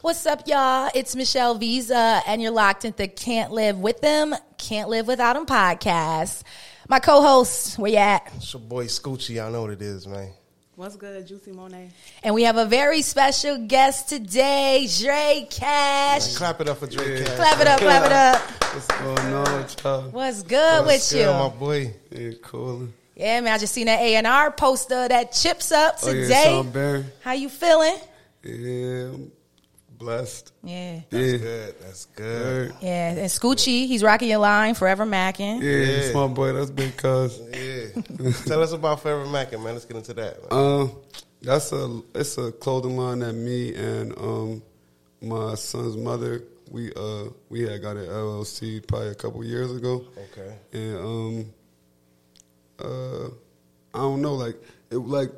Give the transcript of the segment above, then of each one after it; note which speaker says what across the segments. Speaker 1: What's up, y'all? It's Michelle Visa, and you're locked into Can't Live With Them, Can't Live Without Them podcast. My co host, where you at?
Speaker 2: It's your boy Scoochie. Y'all know what it is, man.
Speaker 3: What's good, Juicy Monet?
Speaker 1: And we have a very special guest today, Dre Cash.
Speaker 2: Clap it up for Drake. Cash.
Speaker 1: Clap it up, clap it up.
Speaker 4: What's going on, y'all?
Speaker 1: What's good
Speaker 2: What's
Speaker 1: with you?
Speaker 2: good, My boy.
Speaker 4: Yeah, cool.
Speaker 1: Yeah, man, I just seen that A&R poster that chips up
Speaker 4: Oh, yeah,
Speaker 1: today.
Speaker 4: Sean Barron.
Speaker 1: How you feeling?
Speaker 4: Yeah, I'm blessed.
Speaker 1: Yeah.
Speaker 2: That's
Speaker 4: Yeah.
Speaker 2: good. That's good.
Speaker 4: Alright.
Speaker 1: Yeah, and Scoochie, he's rocking your line, Forever Mackin'.
Speaker 4: Yeah, it's my boy. That's big cuz.
Speaker 2: Yeah. Tell us about Forever Mackin, man. Let's get into that. Man.
Speaker 4: Um, that's a it's a clothing line that me and um my son's mother we uh we had got an LLC probably a couple years ago.
Speaker 2: Okay.
Speaker 4: And um uh I don't know like it like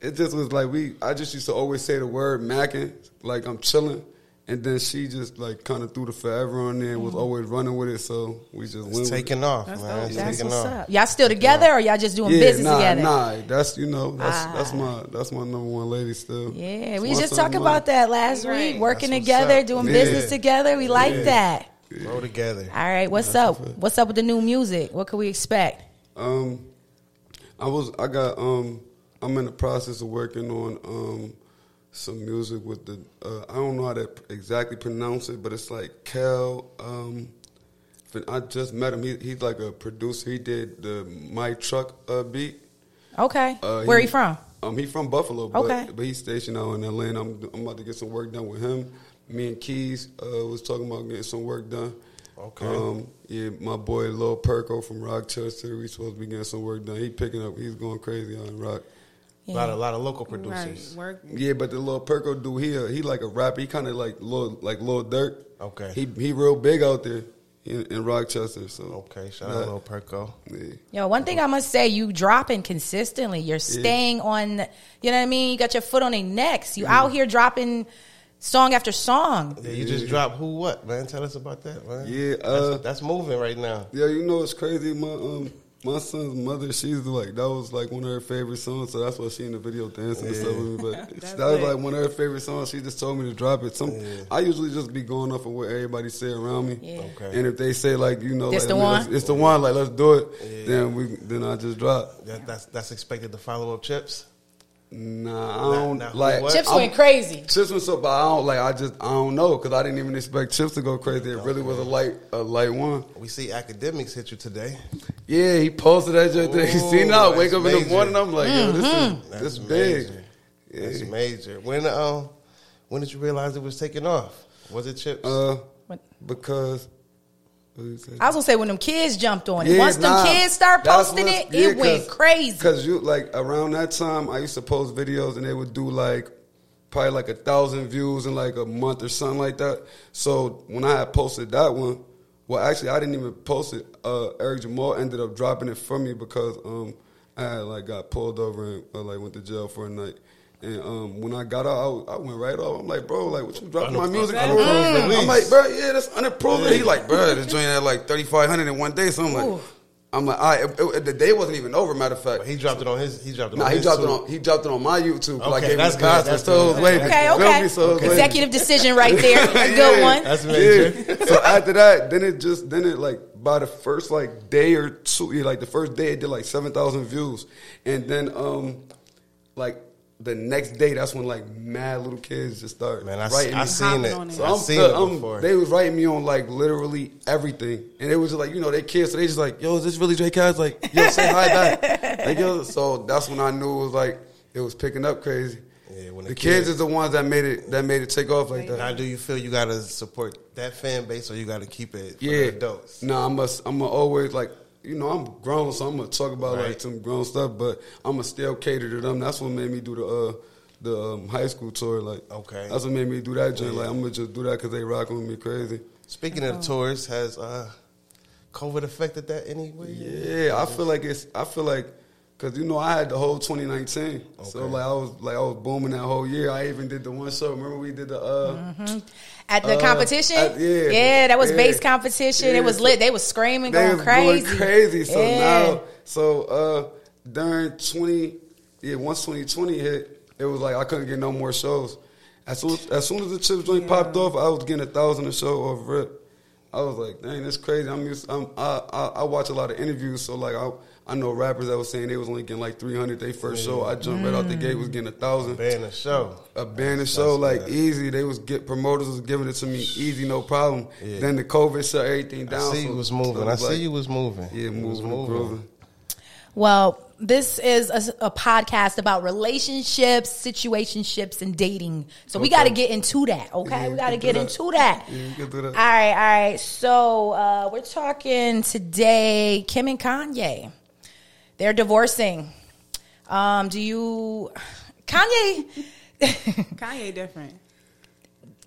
Speaker 4: it just was like we I just used to always say the word macking like I'm chilling. And then she just like kind of threw the forever on there and was always running with it, so we just went
Speaker 2: It's
Speaker 4: with it.
Speaker 2: taking off, man.
Speaker 3: dope.
Speaker 2: It's
Speaker 1: That's
Speaker 2: taking
Speaker 1: what's
Speaker 2: off.
Speaker 1: up. Y'all still together or y'all just doing business
Speaker 4: nah,
Speaker 1: together?
Speaker 4: Nah, that's you know, that's
Speaker 1: Ah.
Speaker 4: that's my that's my number one lady still.
Speaker 1: Yeah,
Speaker 4: It's
Speaker 1: we
Speaker 4: my
Speaker 1: just
Speaker 4: son,
Speaker 1: talked
Speaker 4: my-
Speaker 1: about that last
Speaker 3: Right.
Speaker 1: week. Working
Speaker 2: That's what's
Speaker 1: together,
Speaker 2: up.
Speaker 1: doing
Speaker 4: Yeah.
Speaker 1: business together. We like
Speaker 2: Yeah.
Speaker 1: that.
Speaker 2: Roll together.
Speaker 1: All right, what's up? What's up with the new music? What can we expect?
Speaker 4: Um, I was I got um I'm in the process of working on um some music with the uh, I don't know how to exactly pronounce it, but it's like Cal. Um, but I just met him. He, he's like a producer. He did the My Truck uh, beat.
Speaker 1: Okay.
Speaker 4: Uh,
Speaker 1: Where he from?
Speaker 4: Um, he from Buffalo, but,
Speaker 1: Okay.
Speaker 4: but he's stationed out in Atlanta. I'm, I'm about to get some work done with him. Me and Keys uh, was talking about getting some work done.
Speaker 2: Okay.
Speaker 4: Um, yeah, my boy Lil Perko from Rochester, we supposed to be getting some work done. He picking up. He's going crazy on Rock.
Speaker 2: A, lot of, lot of local
Speaker 3: Right,
Speaker 2: producers.
Speaker 3: work.
Speaker 4: Yeah, but the Lil Perko dude, he a- he like a rapper. He kind of like Lil like Lil Durk.
Speaker 2: Okay.
Speaker 4: He he real big out there in, in Rochester. So
Speaker 2: Okay. Shout out
Speaker 4: Nah,
Speaker 2: Lil Perko.
Speaker 4: yeah.
Speaker 1: Yo, one thing I must say, you dropping consistently. You're staying on, you know what I mean? You got your foot on their necks. You out here dropping song after song.
Speaker 2: Yeah, you just dropped who what, man? Tell us about that, man.
Speaker 4: Yeah, uh,
Speaker 2: that's, that's moving right now.
Speaker 4: Yeah, you know it's crazy. My um my son's mother, she's like that was like one of her favorite songs, so that's why she in the video dancing and stuff with me. But
Speaker 3: That's
Speaker 4: that was
Speaker 3: lit.
Speaker 4: like one of her favorite songs. She just told me to drop it. Some I usually just be going off of what everybody say around me.
Speaker 1: Yeah.
Speaker 2: Okay.
Speaker 4: And if they say like you know
Speaker 1: This
Speaker 4: like,
Speaker 1: the
Speaker 4: I mean,
Speaker 1: one?
Speaker 4: let's- it's the one, like let's do it. Then we then I just drop.
Speaker 2: That, that's that's expected to follow up chips.
Speaker 4: Nah, I don't
Speaker 2: nah,
Speaker 4: like
Speaker 2: what?
Speaker 1: Chips
Speaker 4: I'm-
Speaker 1: went crazy.
Speaker 4: Chips went so, but I don't like. I just I don't know because I didn't even expect chips to go crazy. It really was a light a light one.
Speaker 2: We see academics hit you today.
Speaker 4: Yeah, he posted that joint today. He
Speaker 2: Ooh,
Speaker 4: seen it. I wake
Speaker 2: Oh, that's
Speaker 4: up in
Speaker 2: major.
Speaker 4: the morning. I'm like, yo, this is
Speaker 2: That's
Speaker 4: this big.
Speaker 2: major. That's
Speaker 4: Yeah.
Speaker 2: major. When um, when did you realize it was taking off? Was it chips?
Speaker 4: Uh,
Speaker 1: What-
Speaker 4: because what did you say?
Speaker 1: I was gonna say when them kids jumped on it. Once them kids start posting it, it went crazy.
Speaker 4: Because you like around that time, I used to post videos and they would do like probably like a thousand views in like a month or something like that. So when I had posted that one, well, actually I didn't even post it. Uh, Eric Jamal ended up dropping it for me because um, I had like got pulled over and uh, like went to jail for a night. And um, when I got out, I, I went right off. I'm like, bro, like, what you dropping my music for?
Speaker 2: Unapproved release.
Speaker 4: I'm like, bro, yeah, that's unproven. He like, bro, this joint had like 3,500 in one day. So I'm like,
Speaker 1: Ooh.
Speaker 4: I'm like, I it, it- the day wasn't even over. Matter of fact,
Speaker 2: he dropped it on his. He dropped it.
Speaker 4: nah,
Speaker 2: on
Speaker 4: he
Speaker 2: his
Speaker 4: dropped
Speaker 2: too.
Speaker 4: it on he dropped it on my YouTube.
Speaker 2: Okay,
Speaker 4: like, gave me
Speaker 2: that's
Speaker 4: the
Speaker 2: good,
Speaker 4: password,
Speaker 2: that's
Speaker 4: so it was
Speaker 2: good.
Speaker 4: waiting.
Speaker 1: Okay,
Speaker 4: Feel
Speaker 1: okay.
Speaker 4: me? So it was waiting.
Speaker 1: Executive decision right there. A good
Speaker 4: Yeah.
Speaker 1: one.
Speaker 2: That's major.
Speaker 4: Yeah. So after that, then it just then it like by the first like day or two, yeah, like the first day it did like seven thousand views, and then um like the next day that's when like mad little kids just start
Speaker 2: Man, I,
Speaker 4: writing
Speaker 2: I
Speaker 4: me.
Speaker 2: seen
Speaker 3: Hopping
Speaker 2: it.
Speaker 3: on it.
Speaker 4: So
Speaker 2: I
Speaker 4: I'm,
Speaker 2: seen
Speaker 4: uh,
Speaker 2: it
Speaker 4: I'm-
Speaker 2: before.
Speaker 4: they was writing me on like literally everything, and it was just like you know they kids, so they just like, yo, is this really Drake Cash? Like, yo, say hi back. Like, yo, so that's when I knew it was like it was picking up crazy.
Speaker 2: Yeah, when
Speaker 4: the
Speaker 2: the
Speaker 4: kids
Speaker 2: kids-
Speaker 4: is the ones that made it that made it take off like that.
Speaker 2: now, do you feel you gotta support that fan base, or you gotta keep it for
Speaker 4: yeah,
Speaker 2: the adults?
Speaker 4: No, I must. I'm gonna always like you know I'm grown, so I'm gonna talk about like
Speaker 2: Right.
Speaker 4: some grown stuff, but I'm gonna still cater to them. That's what made me do the. uh the um, high school tour, like,
Speaker 2: Okay.
Speaker 4: that's what made me do that. Joint. Like, I'm gonna just do that because they rocking with me crazy.
Speaker 2: Speaking of tours, has uh, COVID affected that anyway?
Speaker 4: Yeah, I feel like it's. I feel like because you know I had the whole 2019, so
Speaker 2: Okay.
Speaker 4: like I was like I was booming that whole year. I even did the one show. Remember we did the uh,
Speaker 1: At the
Speaker 4: Uh,
Speaker 1: competition?
Speaker 4: at- yeah.
Speaker 1: that was
Speaker 4: Yeah.
Speaker 1: bass competition.
Speaker 4: Yeah,
Speaker 1: It was
Speaker 4: so-
Speaker 1: lit. They was screaming, going
Speaker 4: was
Speaker 1: crazy.
Speaker 4: Going crazy. So
Speaker 1: Yeah.
Speaker 4: now, so uh, during 20, yeah, once 2020 hit, it was like I couldn't get no more shows. As soon as, soon as the chips joint popped off, I was getting a thousand a show off rip. I was like, dang, that's crazy. I'm used. I'm, I, I I watch a lot of interviews, so like I I know rappers that was saying they was only getting like 300 they first show. I jumped right out the gate
Speaker 1: Mm.
Speaker 4: was getting a thousand
Speaker 2: Ban the show.
Speaker 4: a banner show
Speaker 2: that's
Speaker 4: like easy. They was get promoters was giving it to me easy, no problem.
Speaker 2: Yeah.
Speaker 4: Then the COVID shut everything down.
Speaker 2: I see
Speaker 4: so-
Speaker 2: you was
Speaker 4: so
Speaker 2: moving.
Speaker 4: it
Speaker 2: I see
Speaker 4: like-
Speaker 2: you was moving.
Speaker 4: Yeah,
Speaker 2: You was
Speaker 4: moving, and grooving.
Speaker 1: Well, this is a, a podcast about relationships, situationships, and dating. So we
Speaker 4: Okay.
Speaker 1: got to get into that, okay?
Speaker 4: Yeah,
Speaker 1: we
Speaker 4: we
Speaker 1: got to
Speaker 4: can do
Speaker 1: get
Speaker 4: that.
Speaker 1: into that.
Speaker 4: Yeah, we can do that.
Speaker 1: All right, all right. So uh, we're talking today, Kim and Kanye. They're divorcing. Um, do you, Kanye?
Speaker 3: Kanye different.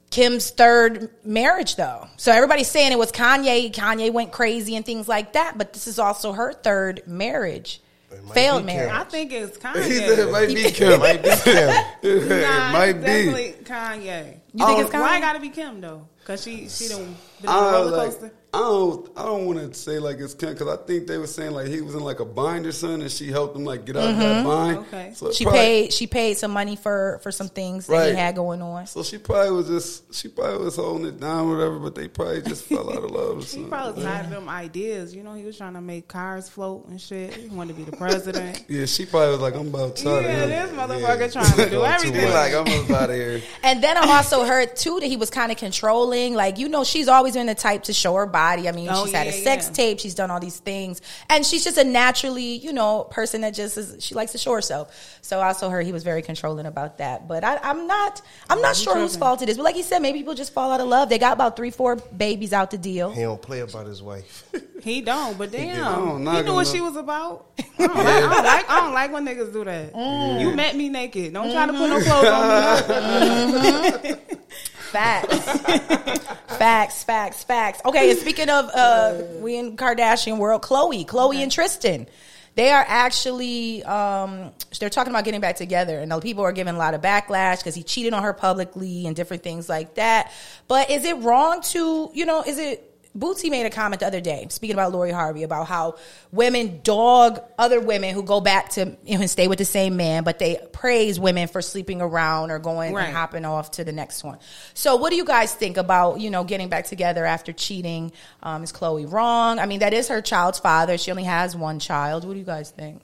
Speaker 1: Kim's third marriage, though. So everybody's saying it was Kanye. Kanye went crazy and things like that. But this is also her third marriage,
Speaker 2: It might
Speaker 1: failed
Speaker 2: be
Speaker 1: marriage.
Speaker 3: I think it's
Speaker 4: He said it
Speaker 3: Kanye.
Speaker 4: might be Kim.
Speaker 2: Might be Kim.
Speaker 4: it
Speaker 3: Nah,
Speaker 4: might
Speaker 3: it's
Speaker 4: be. Oh,
Speaker 3: definitely Kanye.
Speaker 1: You think it's
Speaker 3: Why
Speaker 1: Kanye?
Speaker 3: it gotta be Kim though? Cause she she done been on a
Speaker 4: I,
Speaker 3: roller
Speaker 4: like,
Speaker 3: coaster.
Speaker 4: I don't. I don't want to say like it's Kim because I think they were saying like he was in like a bind or something, and she helped him like get out of that bind.
Speaker 3: Mm-hmm. Okay.
Speaker 4: So it
Speaker 1: She
Speaker 4: probably-
Speaker 1: paid. She paid some money for for some things that he
Speaker 4: Right.
Speaker 1: had going on.
Speaker 4: So she probably was just she probably was holding it down, or whatever. But they probably just fell out of love. Or
Speaker 3: He
Speaker 4: something.
Speaker 3: probably was tired of them ideas. You know, he was trying to make cars float and shit. He wanted to be the president.
Speaker 4: yeah, she probably was like, I'm about tired.
Speaker 3: yeah,
Speaker 4: of him.
Speaker 3: this motherfucker trying to do
Speaker 2: Going too
Speaker 4: She
Speaker 3: everything.
Speaker 2: much.
Speaker 4: like, I'm about out of here.
Speaker 1: And then I also heard too that he was kind of controlling. Like you know, she's always been the type to show her body. I mean,
Speaker 3: Oh,
Speaker 1: she's had a
Speaker 3: yeah,
Speaker 1: sex
Speaker 3: yeah.
Speaker 1: tape. She's done all these things, and she's just a naturally, you know, person that just is. She likes to show herself. So I also heard he was very controlling about that. But I, I'm not. I'm not sure whose
Speaker 3: tripping.
Speaker 1: fault it is. But like you said, maybe people just fall out of love. They got about three, four babies out the deal.
Speaker 2: He don't play about his wife.
Speaker 3: He don't, but
Speaker 4: don't
Speaker 3: damn,
Speaker 4: knock
Speaker 3: he,
Speaker 4: him,
Speaker 3: knew what
Speaker 4: though.
Speaker 3: she was about. I don't, like, I don't like, I don't like when niggas do that. You met me naked. Don't try to put
Speaker 4: Mm-hmm.
Speaker 3: no clothes on me.
Speaker 1: Facts. facts, facts, facts. Okay, and speaking of uh we in Kardashian world, Chloe, Chloe and Tristan. They are actually um they're talking about getting back together and the people are giving a lot of backlash cuz he cheated on her publicly and different things like that. But is it wrong to, you know, is it Bootsy made a comment the other day, speaking about Lori Harvey, about how women dog other women who go back to you know, and stay with the same man, but they praise women for sleeping around or going
Speaker 3: Right.
Speaker 1: and hopping off to the next one. So, what do you guys think about you know getting back together after cheating? Um, is Chloe wrong? I mean, that is her child's father. She only has one child. What do you guys think?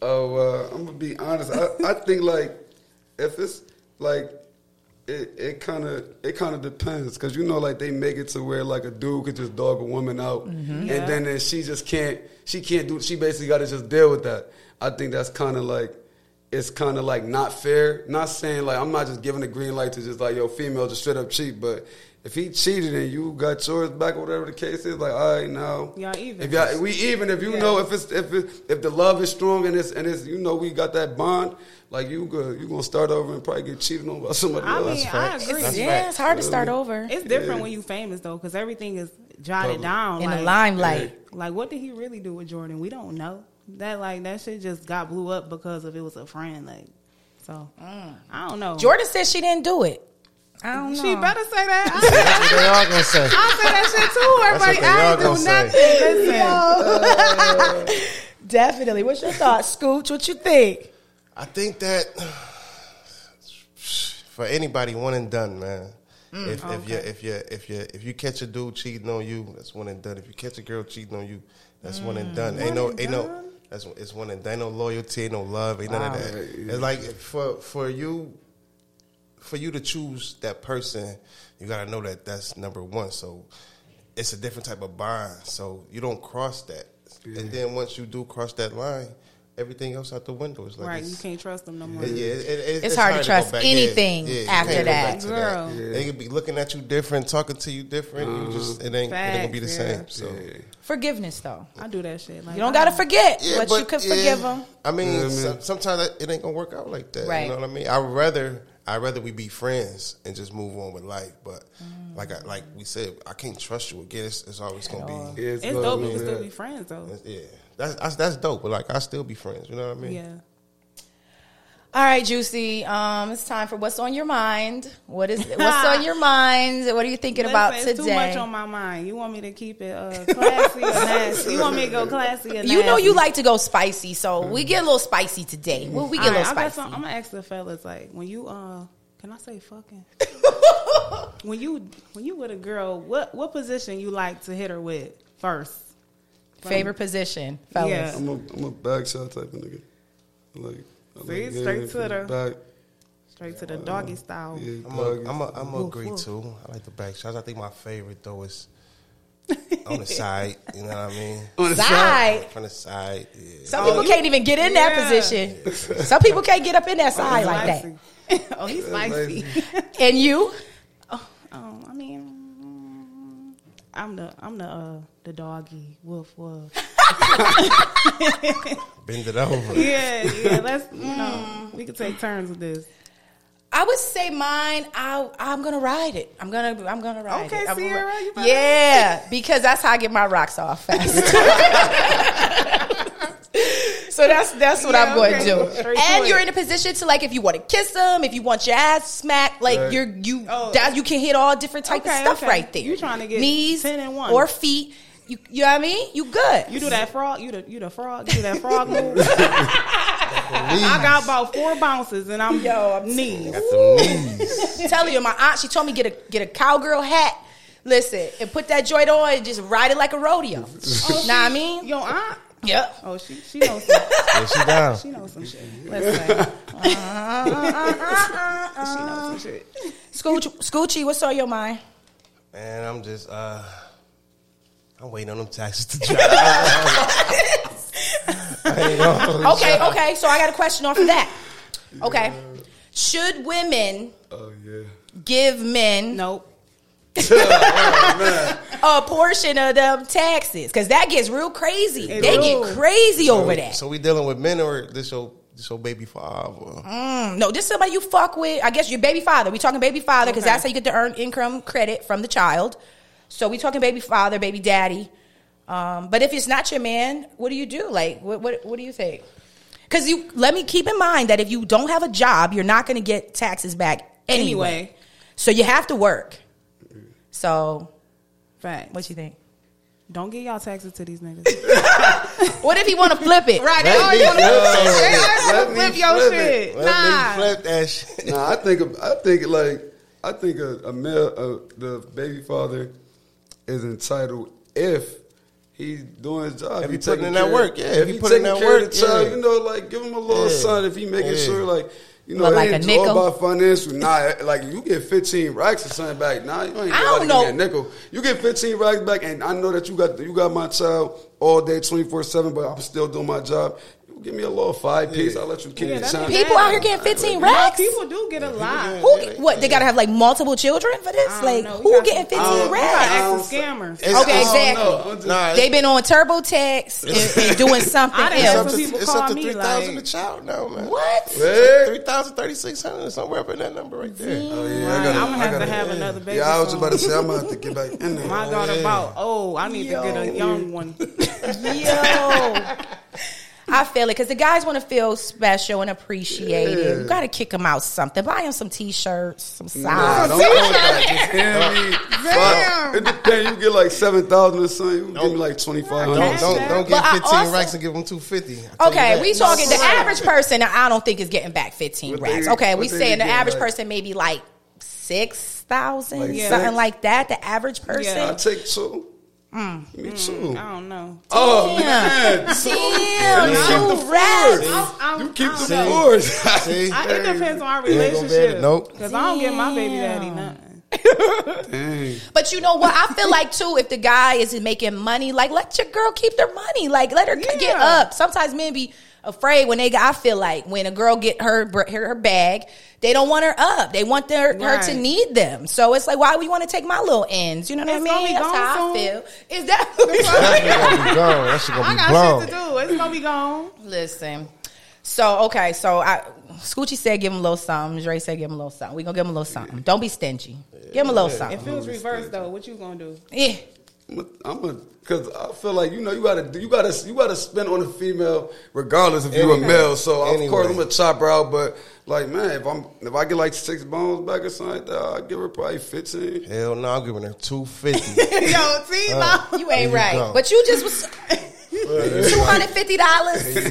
Speaker 4: Oh, uh, I'm gonna be honest. I, I think like if it's like it, it kind of it kind of depends because you know like they make it to where like a dude could just dog a woman out
Speaker 3: Mm-hmm.
Speaker 4: and then, then she just can't she can't do she basically got to just deal with that. I think that's kind of like it's kind of like not fair. Not saying like I'm not just giving the green light to just like yo female just straight up cheat, but. If he cheated and you got yours back, or whatever the case is, like, all right, now
Speaker 3: Y'all even.
Speaker 4: If y'all, we even if you
Speaker 3: Yeah.
Speaker 4: know if it's if it, if the love is strong and it's and it's you know we got that bond like you good you gonna start over and probably get cheated on by somebody
Speaker 3: I
Speaker 4: else.
Speaker 3: mean, I
Speaker 2: facts.
Speaker 3: agree.
Speaker 2: That's
Speaker 1: yeah,
Speaker 2: facts.
Speaker 1: it's hard to start over
Speaker 3: It's different when you famous though, because everything is jotted
Speaker 4: Public.
Speaker 3: down
Speaker 1: in
Speaker 3: like,
Speaker 1: the limelight.
Speaker 3: Like, what did he really do with Jordan? We don't know. That like that shit just got blew up because of it was a friend. Like, so I don't know.
Speaker 1: Jordan says she didn't do it. I don't know.
Speaker 3: she better say that. I,
Speaker 2: That's what they all gonna say.
Speaker 3: I say that shit too. Everybody,
Speaker 2: they all
Speaker 3: I
Speaker 2: gonna
Speaker 3: ain't
Speaker 2: say.
Speaker 3: do nothing. Listen,
Speaker 1: Definitely. What's your thoughts, Scooch? What you think?
Speaker 2: I think that for anybody, one and done, man. if if you if you if you if you catch a dude cheating on you, that's one and done. If you catch a girl cheating on you, that's Mm, one and done. ain't no ain't no that's it's one and done. Ain't no loyalty, ain't no love, ain't none of that. It's like for for you for you to choose that person, you gotta know that that's number one. So it's a different type of bond. So you don't cross that. And then once you do cross that line, everything else out the window. It's like
Speaker 3: right?
Speaker 2: it's-
Speaker 3: You can't trust them no more.
Speaker 2: yeah, it- it- it's,
Speaker 1: hard to
Speaker 2: go
Speaker 1: trust
Speaker 2: back.
Speaker 1: anything
Speaker 2: you
Speaker 1: after
Speaker 2: can't go
Speaker 1: that.
Speaker 2: back to
Speaker 3: Girl.
Speaker 2: They could be looking at you different, talking to you different. You just it ain't, it ain't gonna be the
Speaker 3: Facts, yeah.
Speaker 2: same. So
Speaker 1: Forgiveness, though.
Speaker 3: I do that shit. Like,
Speaker 1: You don't got to forget,
Speaker 2: Yeah,
Speaker 1: but, you could
Speaker 2: yeah,
Speaker 1: forgive him.
Speaker 2: I mean,
Speaker 4: Yeah, I mean-
Speaker 2: so- sometimes that- it ain't gonna work out like that.
Speaker 1: Right.
Speaker 2: You know what I mean? I would rather I rather we be friends and just move on with life. But
Speaker 1: Mm.
Speaker 2: like I, like we said, I can't trust you again. It's, it's always gonna be
Speaker 4: Yeah,
Speaker 3: It's dope. We
Speaker 4: gonna
Speaker 3: can
Speaker 4: be
Speaker 3: still
Speaker 4: that.
Speaker 3: be friends though.
Speaker 2: yeah. That's, that's that's dope. But like I still be friends. You know what I mean?
Speaker 3: Yeah.
Speaker 1: All right, Juicy. Um, it's time for what's on your mind. What is what's on your mind? What are you thinking about
Speaker 3: Listen,
Speaker 1: today?
Speaker 3: It's too much on my mind. You want me to keep it uh, classy or nasty? You want me to go classy or nasty?
Speaker 1: you know you like to go spicy, so we get a little spicy today. We, we get a little
Speaker 3: All right, I got
Speaker 1: spicy.
Speaker 3: some- I'm gonna ask the fellas like when you uh, Can I say fucking? when you when you with a girl, what what position you like to hit her with first?
Speaker 1: Favorite position, fellas.
Speaker 3: Yeah.
Speaker 4: I'm a I'm a backshot type of nigga. I Like, I like
Speaker 3: See,
Speaker 4: getting
Speaker 3: straight
Speaker 4: it
Speaker 3: to
Speaker 4: from
Speaker 3: the-
Speaker 4: back.
Speaker 3: Straight to the doggy style.
Speaker 4: Yeah,
Speaker 2: I'm a, I'm a,
Speaker 4: doggy.
Speaker 2: I'm a agree too. I like the back shots. I think my favorite though is on the side. You know what I mean?
Speaker 1: Side.
Speaker 2: From the side. Yeah.
Speaker 1: Some people can't even get in that
Speaker 3: Oh, Yeah.
Speaker 1: position. Some people can't get up in that side like that.
Speaker 3: that. oh, he's spicy.
Speaker 1: And you,
Speaker 3: oh, um, I mean, mm, I'm the I'm the uh, the doggy wolf wolf.
Speaker 2: Bend it over.
Speaker 3: yeah, yeah. Let's you know we could take turns with this.
Speaker 1: I would say mine. I I'm gonna ride it. I'm gonna I'm gonna ride
Speaker 3: Okay,
Speaker 1: it. I'm gonna
Speaker 3: Sierra,
Speaker 1: ri-
Speaker 3: you better-
Speaker 1: yeah, because that's how I get my rocks off fast. so that's that's what
Speaker 3: Yeah,
Speaker 1: I'm going
Speaker 3: okay.
Speaker 1: to do.
Speaker 3: Straight to
Speaker 1: And
Speaker 3: it.
Speaker 1: you're in a position to like if you want to kiss them, if you want your ass smacked, like
Speaker 4: Right.
Speaker 1: you're you
Speaker 3: Oh.
Speaker 1: that you can hit all different type
Speaker 3: Okay,
Speaker 1: of stuff
Speaker 3: okay.
Speaker 1: right there.
Speaker 3: You trying to get
Speaker 1: knees
Speaker 3: 10 and one.
Speaker 1: or feet? You you know what I mean? You good?
Speaker 3: You do that frog. You the you the frog. You do that frog move. I got about four bounces and I'm
Speaker 1: Yo, I'm
Speaker 3: knees.
Speaker 2: Got them knees.
Speaker 1: telling you, my aunt, she told me get a get a cowgirl hat. Listen, and put that joint on and just ride it like a rodeo. nah, I mean,
Speaker 3: Yo, aunt.
Speaker 1: yep.
Speaker 3: Oh, she she knows some,
Speaker 2: Yeah, she down.
Speaker 3: she knows some shit. Listen, Uh-huh,
Speaker 1: Uh-uh.
Speaker 3: she knows some shit.
Speaker 1: Scooch, Scoochie, what's on your mind?
Speaker 2: Man, I'm just uh, I'm waiting on them taxes to drop. I ain't gonna-
Speaker 1: Okay, okay. So I got a question off of that. Okay, should women
Speaker 4: Oh yeah. Oh,
Speaker 1: give men
Speaker 3: Nope.
Speaker 1: a portion of them taxes? Because that gets real crazy.
Speaker 3: It
Speaker 1: they
Speaker 3: do.
Speaker 1: get crazy over that.
Speaker 2: So we dealing with men or this your this your baby five? Or?
Speaker 1: Mm, no, this is somebody you fuck with. I guess your baby father. We talking baby father because
Speaker 3: Okay.
Speaker 1: that's how you get to earn income credit from the child. So we talking baby father, baby daddy. Um, but if it's not your man, what do you do? Like, what what, what do you think? Because you let me keep in mind that if you don't have a job, you're not going to get taxes back anyway.
Speaker 3: Anyway,
Speaker 1: So you have to work. So
Speaker 3: fact.
Speaker 1: what you think?
Speaker 3: Don't get y'all taxes to these niggas.
Speaker 1: What if you want to flip it?
Speaker 3: right.
Speaker 2: Let me flip that shit. Let me flip
Speaker 4: shit. Let me flip it.
Speaker 2: that shit.
Speaker 4: Nah, I think I think like I think a, a male uh the baby father is entitled if he's doing his job.
Speaker 2: If
Speaker 4: he
Speaker 2: he putting
Speaker 4: taking
Speaker 2: in that
Speaker 4: care-
Speaker 2: work, yeah. If
Speaker 4: he
Speaker 2: he putting in
Speaker 4: taking
Speaker 2: that
Speaker 4: care of
Speaker 2: work,
Speaker 4: the child,
Speaker 2: yeah.
Speaker 4: you know, like give him a little
Speaker 2: Yeah.
Speaker 4: son if he making
Speaker 2: Yeah.
Speaker 4: sure like. You know,
Speaker 1: But
Speaker 4: it
Speaker 1: like a
Speaker 4: ain't all
Speaker 1: nickel?
Speaker 4: about financial. Nah, like you get 15 racks or something back. Nah, you ain't
Speaker 1: I don't
Speaker 4: nobody
Speaker 1: know.
Speaker 4: getting that nickel. You get 15 racks back, and I know that you got you got my child all day, 24 seven. But I'm still doing my job. You give me a little five piece. I'll let you kill
Speaker 3: Yeah,
Speaker 4: your
Speaker 3: that
Speaker 4: time.
Speaker 3: ain't bad.
Speaker 1: People out here getting 15
Speaker 3: Y'all
Speaker 1: racks.
Speaker 3: people do get a lot.
Speaker 1: Who? What? They gotta have like multiple children for this?
Speaker 3: I don't
Speaker 1: Like,
Speaker 3: know. We
Speaker 1: who
Speaker 3: got
Speaker 1: getting
Speaker 3: some- I
Speaker 1: fifteen
Speaker 3: You gotta
Speaker 1: racks?
Speaker 3: ask the scammers.
Speaker 2: It's-
Speaker 1: Okay,
Speaker 2: I don't
Speaker 1: exactly.
Speaker 2: know.
Speaker 4: I'm just-
Speaker 2: Nah,
Speaker 1: They've been on TurboTax and, and doing something
Speaker 3: I done
Speaker 2: it's
Speaker 3: had
Speaker 2: up
Speaker 1: else.
Speaker 3: some
Speaker 2: to,
Speaker 3: people
Speaker 2: it's
Speaker 3: call
Speaker 2: up to
Speaker 3: me,
Speaker 2: three thousand
Speaker 3: like-
Speaker 2: a child now, man.
Speaker 1: What?
Speaker 4: Hey.
Speaker 2: Three thousand thirty six hundred somewhere up in that number right there.
Speaker 4: Oh, yeah,
Speaker 3: Right,
Speaker 4: I gotta,
Speaker 3: I'm gonna
Speaker 4: I
Speaker 3: have to
Speaker 4: gotta-
Speaker 3: have another baby
Speaker 4: Yeah, I was
Speaker 3: soon.
Speaker 4: about to say I'm gonna have to get back in there.
Speaker 3: My daughter about oh, I need to get a young one.
Speaker 1: Yo. I feel it because the guys want to feel special and appreciated.
Speaker 4: Yeah.
Speaker 1: You got to kick them out something. Buy them some t-shirts, some
Speaker 4: Nah,
Speaker 1: socks.
Speaker 4: don't go with that. Just hand me.
Speaker 3: Damn.
Speaker 4: Fuck. It depends. You get like seven thousand or something. You give me like twenty five
Speaker 2: Don't
Speaker 4: hundred.
Speaker 2: don't don't get
Speaker 1: But I
Speaker 2: fifteen
Speaker 1: also-
Speaker 2: racks and give them two fifty.
Speaker 1: Okay, we talking the average person. I don't think is getting back fifteen
Speaker 4: What
Speaker 1: racks.
Speaker 4: they-
Speaker 1: Okay,
Speaker 4: what
Speaker 1: we
Speaker 4: they
Speaker 1: saying the
Speaker 4: getting
Speaker 1: average
Speaker 4: back?
Speaker 1: person maybe like six thousand,
Speaker 4: Like
Speaker 1: something
Speaker 4: six?
Speaker 1: like that. The average person.
Speaker 4: I take two. Give me two.
Speaker 3: I don't know.
Speaker 4: Oh
Speaker 1: Damn.
Speaker 4: man, two.
Speaker 1: Damn,
Speaker 4: You
Speaker 1: two
Speaker 4: keep the
Speaker 1: racks.
Speaker 4: fours.
Speaker 3: I'm,
Speaker 4: You keep the
Speaker 2: I don't know.
Speaker 4: fours.
Speaker 2: See,
Speaker 3: I, it depends on our
Speaker 2: You ain't gonna be able
Speaker 3: relationship.
Speaker 2: to- Nope.
Speaker 3: Because I don't get my baby daddy nothing.
Speaker 4: Dang.
Speaker 1: But you know what? I feel like too, if the guy isn't making money, like let your girl keep their money. Like let her
Speaker 3: Yeah.
Speaker 1: get up. Sometimes men be afraid when they. I feel like when a girl get her br- her her bag, they don't want her up. They want their her to
Speaker 3: Right.
Speaker 1: need them. So it's like, why would you want to take my little ends? You know what
Speaker 3: It's
Speaker 1: I
Speaker 3: gonna
Speaker 1: mean?
Speaker 3: be
Speaker 1: That's
Speaker 3: gone
Speaker 1: how I
Speaker 3: soon.
Speaker 1: feel. Is that
Speaker 2: that shit gonna be gone. That shit
Speaker 3: I
Speaker 2: gonna be
Speaker 3: got
Speaker 2: blown.
Speaker 3: shit to do. It's gonna be gone.
Speaker 1: listen? So okay, so I. Scoochie said, "Give him a little something." Dre said, "Give him a little something." We gonna give him a little something. Don't be stingy. Give him a little
Speaker 3: If
Speaker 1: something.
Speaker 3: it was reversed though, what you gonna do?
Speaker 1: Yeah.
Speaker 4: I'm a, cause I feel like you know you gotta you gotta you gotta spend on a female regardless if you a
Speaker 2: Anyway.
Speaker 4: male. So of
Speaker 2: Anyway.
Speaker 4: course I'm a chopper out, but like man, if I'm if I get like six bones back or something, like that, I give her probably fifteen.
Speaker 2: Hell no, I'm giving her two fifty.
Speaker 3: Yo, see,
Speaker 1: You ain't
Speaker 2: There you
Speaker 1: right.
Speaker 2: go.
Speaker 1: But you just was. Two hundred fifty
Speaker 2: Here you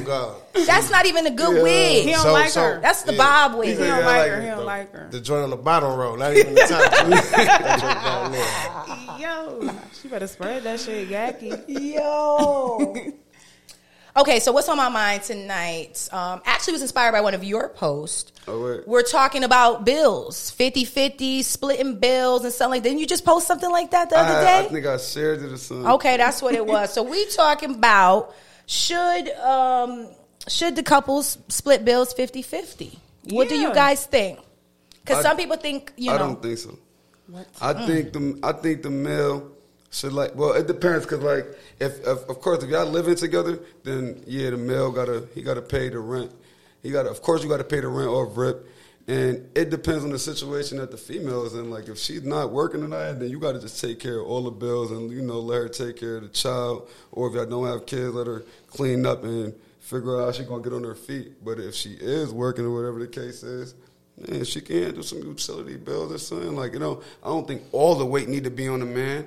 Speaker 1: dollars.
Speaker 2: go.
Speaker 1: That's not even a good
Speaker 3: He
Speaker 1: wig.
Speaker 3: don't
Speaker 2: So-
Speaker 3: like
Speaker 2: so-
Speaker 3: her.
Speaker 1: That's the
Speaker 2: Yeah.
Speaker 1: Bob
Speaker 3: He
Speaker 1: wig.
Speaker 3: don't
Speaker 2: Yeah, I
Speaker 3: like her.
Speaker 2: it,
Speaker 3: He
Speaker 2: though.
Speaker 3: don't like her.
Speaker 2: The joint on the bottom row, not even the top. That joint down there.
Speaker 3: Yo, she better spread that shit, Gacky.
Speaker 1: Yo. okay, so what's on my mind tonight? Um, actually, was inspired by one of your posts.
Speaker 4: Oh, wait.
Speaker 1: We're talking about bills 50 50, splitting bills and something like Didn't you just post something like that the other
Speaker 4: I, I
Speaker 1: day?
Speaker 4: think I shared it or something.
Speaker 1: Okay, that's what it was. So we talking about should um should the couples split bills 50-50? What do you
Speaker 3: Yeah.
Speaker 1: guys think? Cuz
Speaker 4: I-
Speaker 1: some people think, you
Speaker 4: I
Speaker 1: know,
Speaker 4: don't think so. I think the I think the male should like. Well, it depends because like if, if of course if y'all living together, then yeah, the male gotta he gotta pay the rent. He gotta of course you gotta pay the rent off rip. And it depends on the situation that the female is in. Like if she's not working tonight, then you gotta just take care of all the bills and you know let her take care of the child. Or if y'all don't have kids, let her clean up and figure out how she gonna get on her feet. But if she is working or whatever the case is, Man, she can handle some utility bills or something. Like, you know, I don't think all the weight need to be on the man.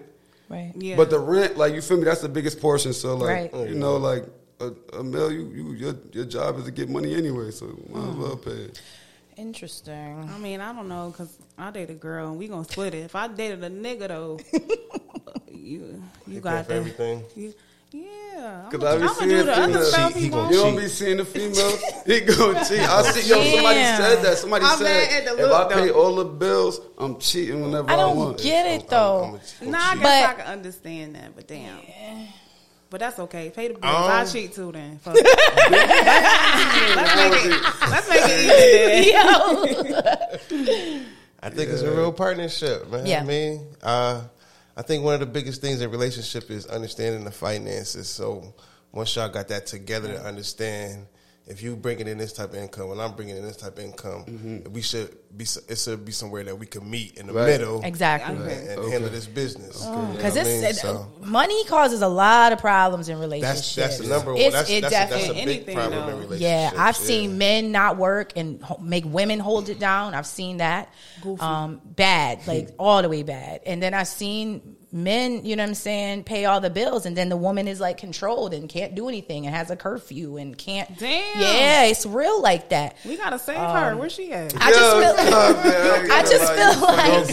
Speaker 1: right.
Speaker 3: Yeah.
Speaker 4: But the rent, like, you feel me? That's the biggest portion. So, like,
Speaker 2: Oh,
Speaker 1: Right.
Speaker 4: you know, like, a, a male, you, you your, your job is to get money anyway. So, might as well pay it.
Speaker 1: Interesting.
Speaker 3: I mean, I don't know, cause I date a girl and we gonna split it. If I dated a nigga though, you you
Speaker 2: paying
Speaker 3: got
Speaker 2: for
Speaker 3: that.
Speaker 2: everything?
Speaker 3: You, yeah, I'm
Speaker 4: 'Cause
Speaker 3: gonna
Speaker 4: I
Speaker 3: Oh, I'm
Speaker 4: be
Speaker 3: gonna
Speaker 4: seeing
Speaker 3: do the other
Speaker 4: females.
Speaker 3: stuff
Speaker 2: He-
Speaker 3: he
Speaker 2: he gonna
Speaker 3: wants.
Speaker 4: You
Speaker 2: cheat.
Speaker 4: don't be seeing the female. he gonna cheat. I see. Yo, somebody
Speaker 1: Yeah.
Speaker 4: said that. Somebody
Speaker 3: I'm mad
Speaker 4: said
Speaker 3: at the
Speaker 4: if I
Speaker 3: look,
Speaker 4: pay
Speaker 3: though.
Speaker 4: all the bills, I'm cheating whenever
Speaker 1: I
Speaker 4: I,
Speaker 1: don't
Speaker 4: want.
Speaker 1: get it though.
Speaker 2: I'm- I'm a- I'm
Speaker 3: Nah, I
Speaker 2: cheap.
Speaker 3: guess I
Speaker 1: But-
Speaker 3: can understand that, but damn. But that's okay. Pay the bills.
Speaker 2: Um,
Speaker 3: I cheat too then. Fuck. let's, make it, let's make it easy. Then.
Speaker 2: I think it's a real partnership, man.
Speaker 1: Yeah.
Speaker 2: I mean, uh, I think one of the biggest things in relationship is understanding the finances. So once y'all got that together to understand, if you bringing in this type of income and I'm bringing in this type of income, we should be it should be somewhere that we can meet in the
Speaker 4: Right.
Speaker 2: middle
Speaker 1: Exactly. Oh,
Speaker 2: and, and handle this
Speaker 1: Because
Speaker 2: business. You know what I mean?
Speaker 1: this
Speaker 2: So
Speaker 1: money causes a lot of problems in relationships.
Speaker 2: that's that's the number one.
Speaker 1: It's-
Speaker 2: That's,
Speaker 1: it
Speaker 2: that's, a, that's a
Speaker 1: definitely-
Speaker 2: big
Speaker 3: Anything,
Speaker 2: problem in
Speaker 3: though.
Speaker 2: relationships.
Speaker 1: Yeah, I've
Speaker 2: yeah.
Speaker 1: seen men not work and ho- make women hold it down. I've seen that. Um, bad, like all the way bad. And then I've seen men, you know what I'm saying, pay all the bills. And then the woman is like controlled and can't do anything and has a curfew and can't.
Speaker 3: Damn.
Speaker 1: Yeah, it's real like that.
Speaker 3: We gotta save
Speaker 1: Um,
Speaker 3: her. Where she at?
Speaker 1: I just feel. I just feel like-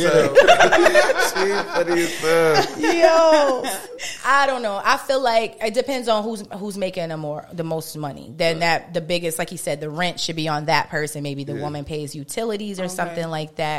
Speaker 4: She funny as hell.
Speaker 1: Yo, I don't know. I feel like it depends on who's who's making the more the most money. Then that the biggest, like he said, the rent should be on that person. Maybe the woman pays utilities or something like that.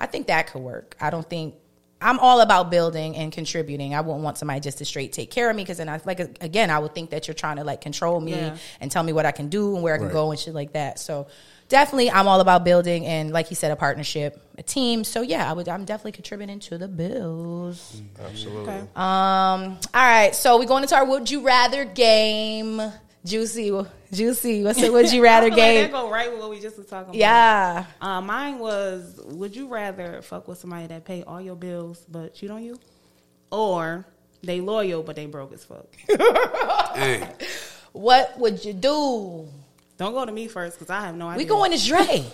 Speaker 1: I think that could work. I don't think I'm all about building and contributing. I wouldn't want somebody just to straight take care of me because then I like again I would think that you're trying to like control me
Speaker 3: Yeah.
Speaker 1: and tell me what I can do and where I can go and shit like that. So. Definitely, I'm all about building and, like he said, a partnership, a team. So yeah, I would. I'm definitely contributing to the bills.
Speaker 2: Absolutely.
Speaker 3: Okay.
Speaker 1: Um. All right. So we're going into our Would You Rather game. Juicy. Juicy. What's the Would You
Speaker 3: I
Speaker 1: Rather
Speaker 3: feel like that
Speaker 1: game?
Speaker 3: go right with what we just was talking about.
Speaker 1: Yeah.
Speaker 3: Uh, mine was Would you rather fuck with somebody that pay all your bills but cheat on you? Or they loyal but they broke as fuck?
Speaker 4: Dang.
Speaker 1: What would you do?
Speaker 3: Don't go to me first because I have no
Speaker 1: We
Speaker 3: idea.
Speaker 1: going to Dre.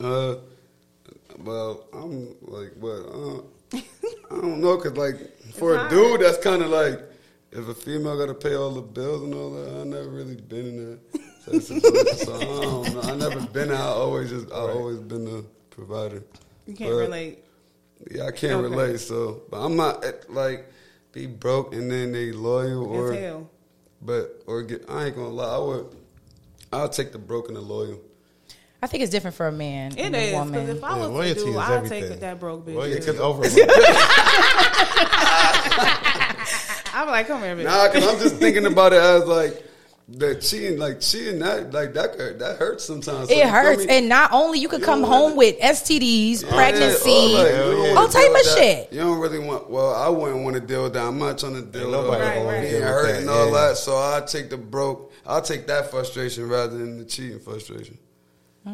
Speaker 4: Uh, well, I'm like, what? Uh, I don't know, cause like for a
Speaker 3: hard.
Speaker 4: dude, that's kind of like if a female got to pay all the bills and all that. I never really been in that type of situation, so I don't know. I never been. I always just, I always been the provider.
Speaker 3: You can't
Speaker 4: But-
Speaker 3: relate.
Speaker 4: Yeah, I can't
Speaker 3: Okay.
Speaker 4: relate. So, but I'm not eh, like be broke and then they loyal or
Speaker 3: As hell.
Speaker 4: but or get. I ain't gonna lie. I would. I'll take the broke and the loyal.
Speaker 1: I think it's different for a man
Speaker 3: It
Speaker 1: and
Speaker 3: is
Speaker 1: a
Speaker 3: because
Speaker 1: woman.
Speaker 3: if I
Speaker 2: Yeah,
Speaker 3: was to
Speaker 2: loyalty
Speaker 3: do,
Speaker 2: is
Speaker 3: I'd
Speaker 2: everything.
Speaker 3: take that broke bitch.
Speaker 2: Loyalty
Speaker 4: Yeah.
Speaker 2: is over.
Speaker 3: I'm like, come here, bitch.
Speaker 4: Nah, cause I'm just thinking about it as like the cheating, like cheating that, like that, hurt- that hurts sometimes. So you
Speaker 1: It
Speaker 4: feel
Speaker 1: hurts,
Speaker 4: me?
Speaker 1: and not only you could
Speaker 4: You
Speaker 1: come
Speaker 4: don't
Speaker 1: home with STDs,
Speaker 4: Yeah, oh
Speaker 1: pregnancy,
Speaker 4: or, like, you don't
Speaker 2: yeah.
Speaker 4: wanna
Speaker 1: all type
Speaker 4: deal
Speaker 1: of
Speaker 4: with that.
Speaker 1: shit.
Speaker 4: You don't really want. Well, I wouldn't want to deal with that. I'm not trying to deal with
Speaker 2: nobody
Speaker 3: gonna wanna
Speaker 4: being
Speaker 2: deal with
Speaker 4: hurt
Speaker 2: that,
Speaker 4: and all
Speaker 2: yeah.
Speaker 4: that. So I take the broke. I'll take that frustration rather than the cheating frustration.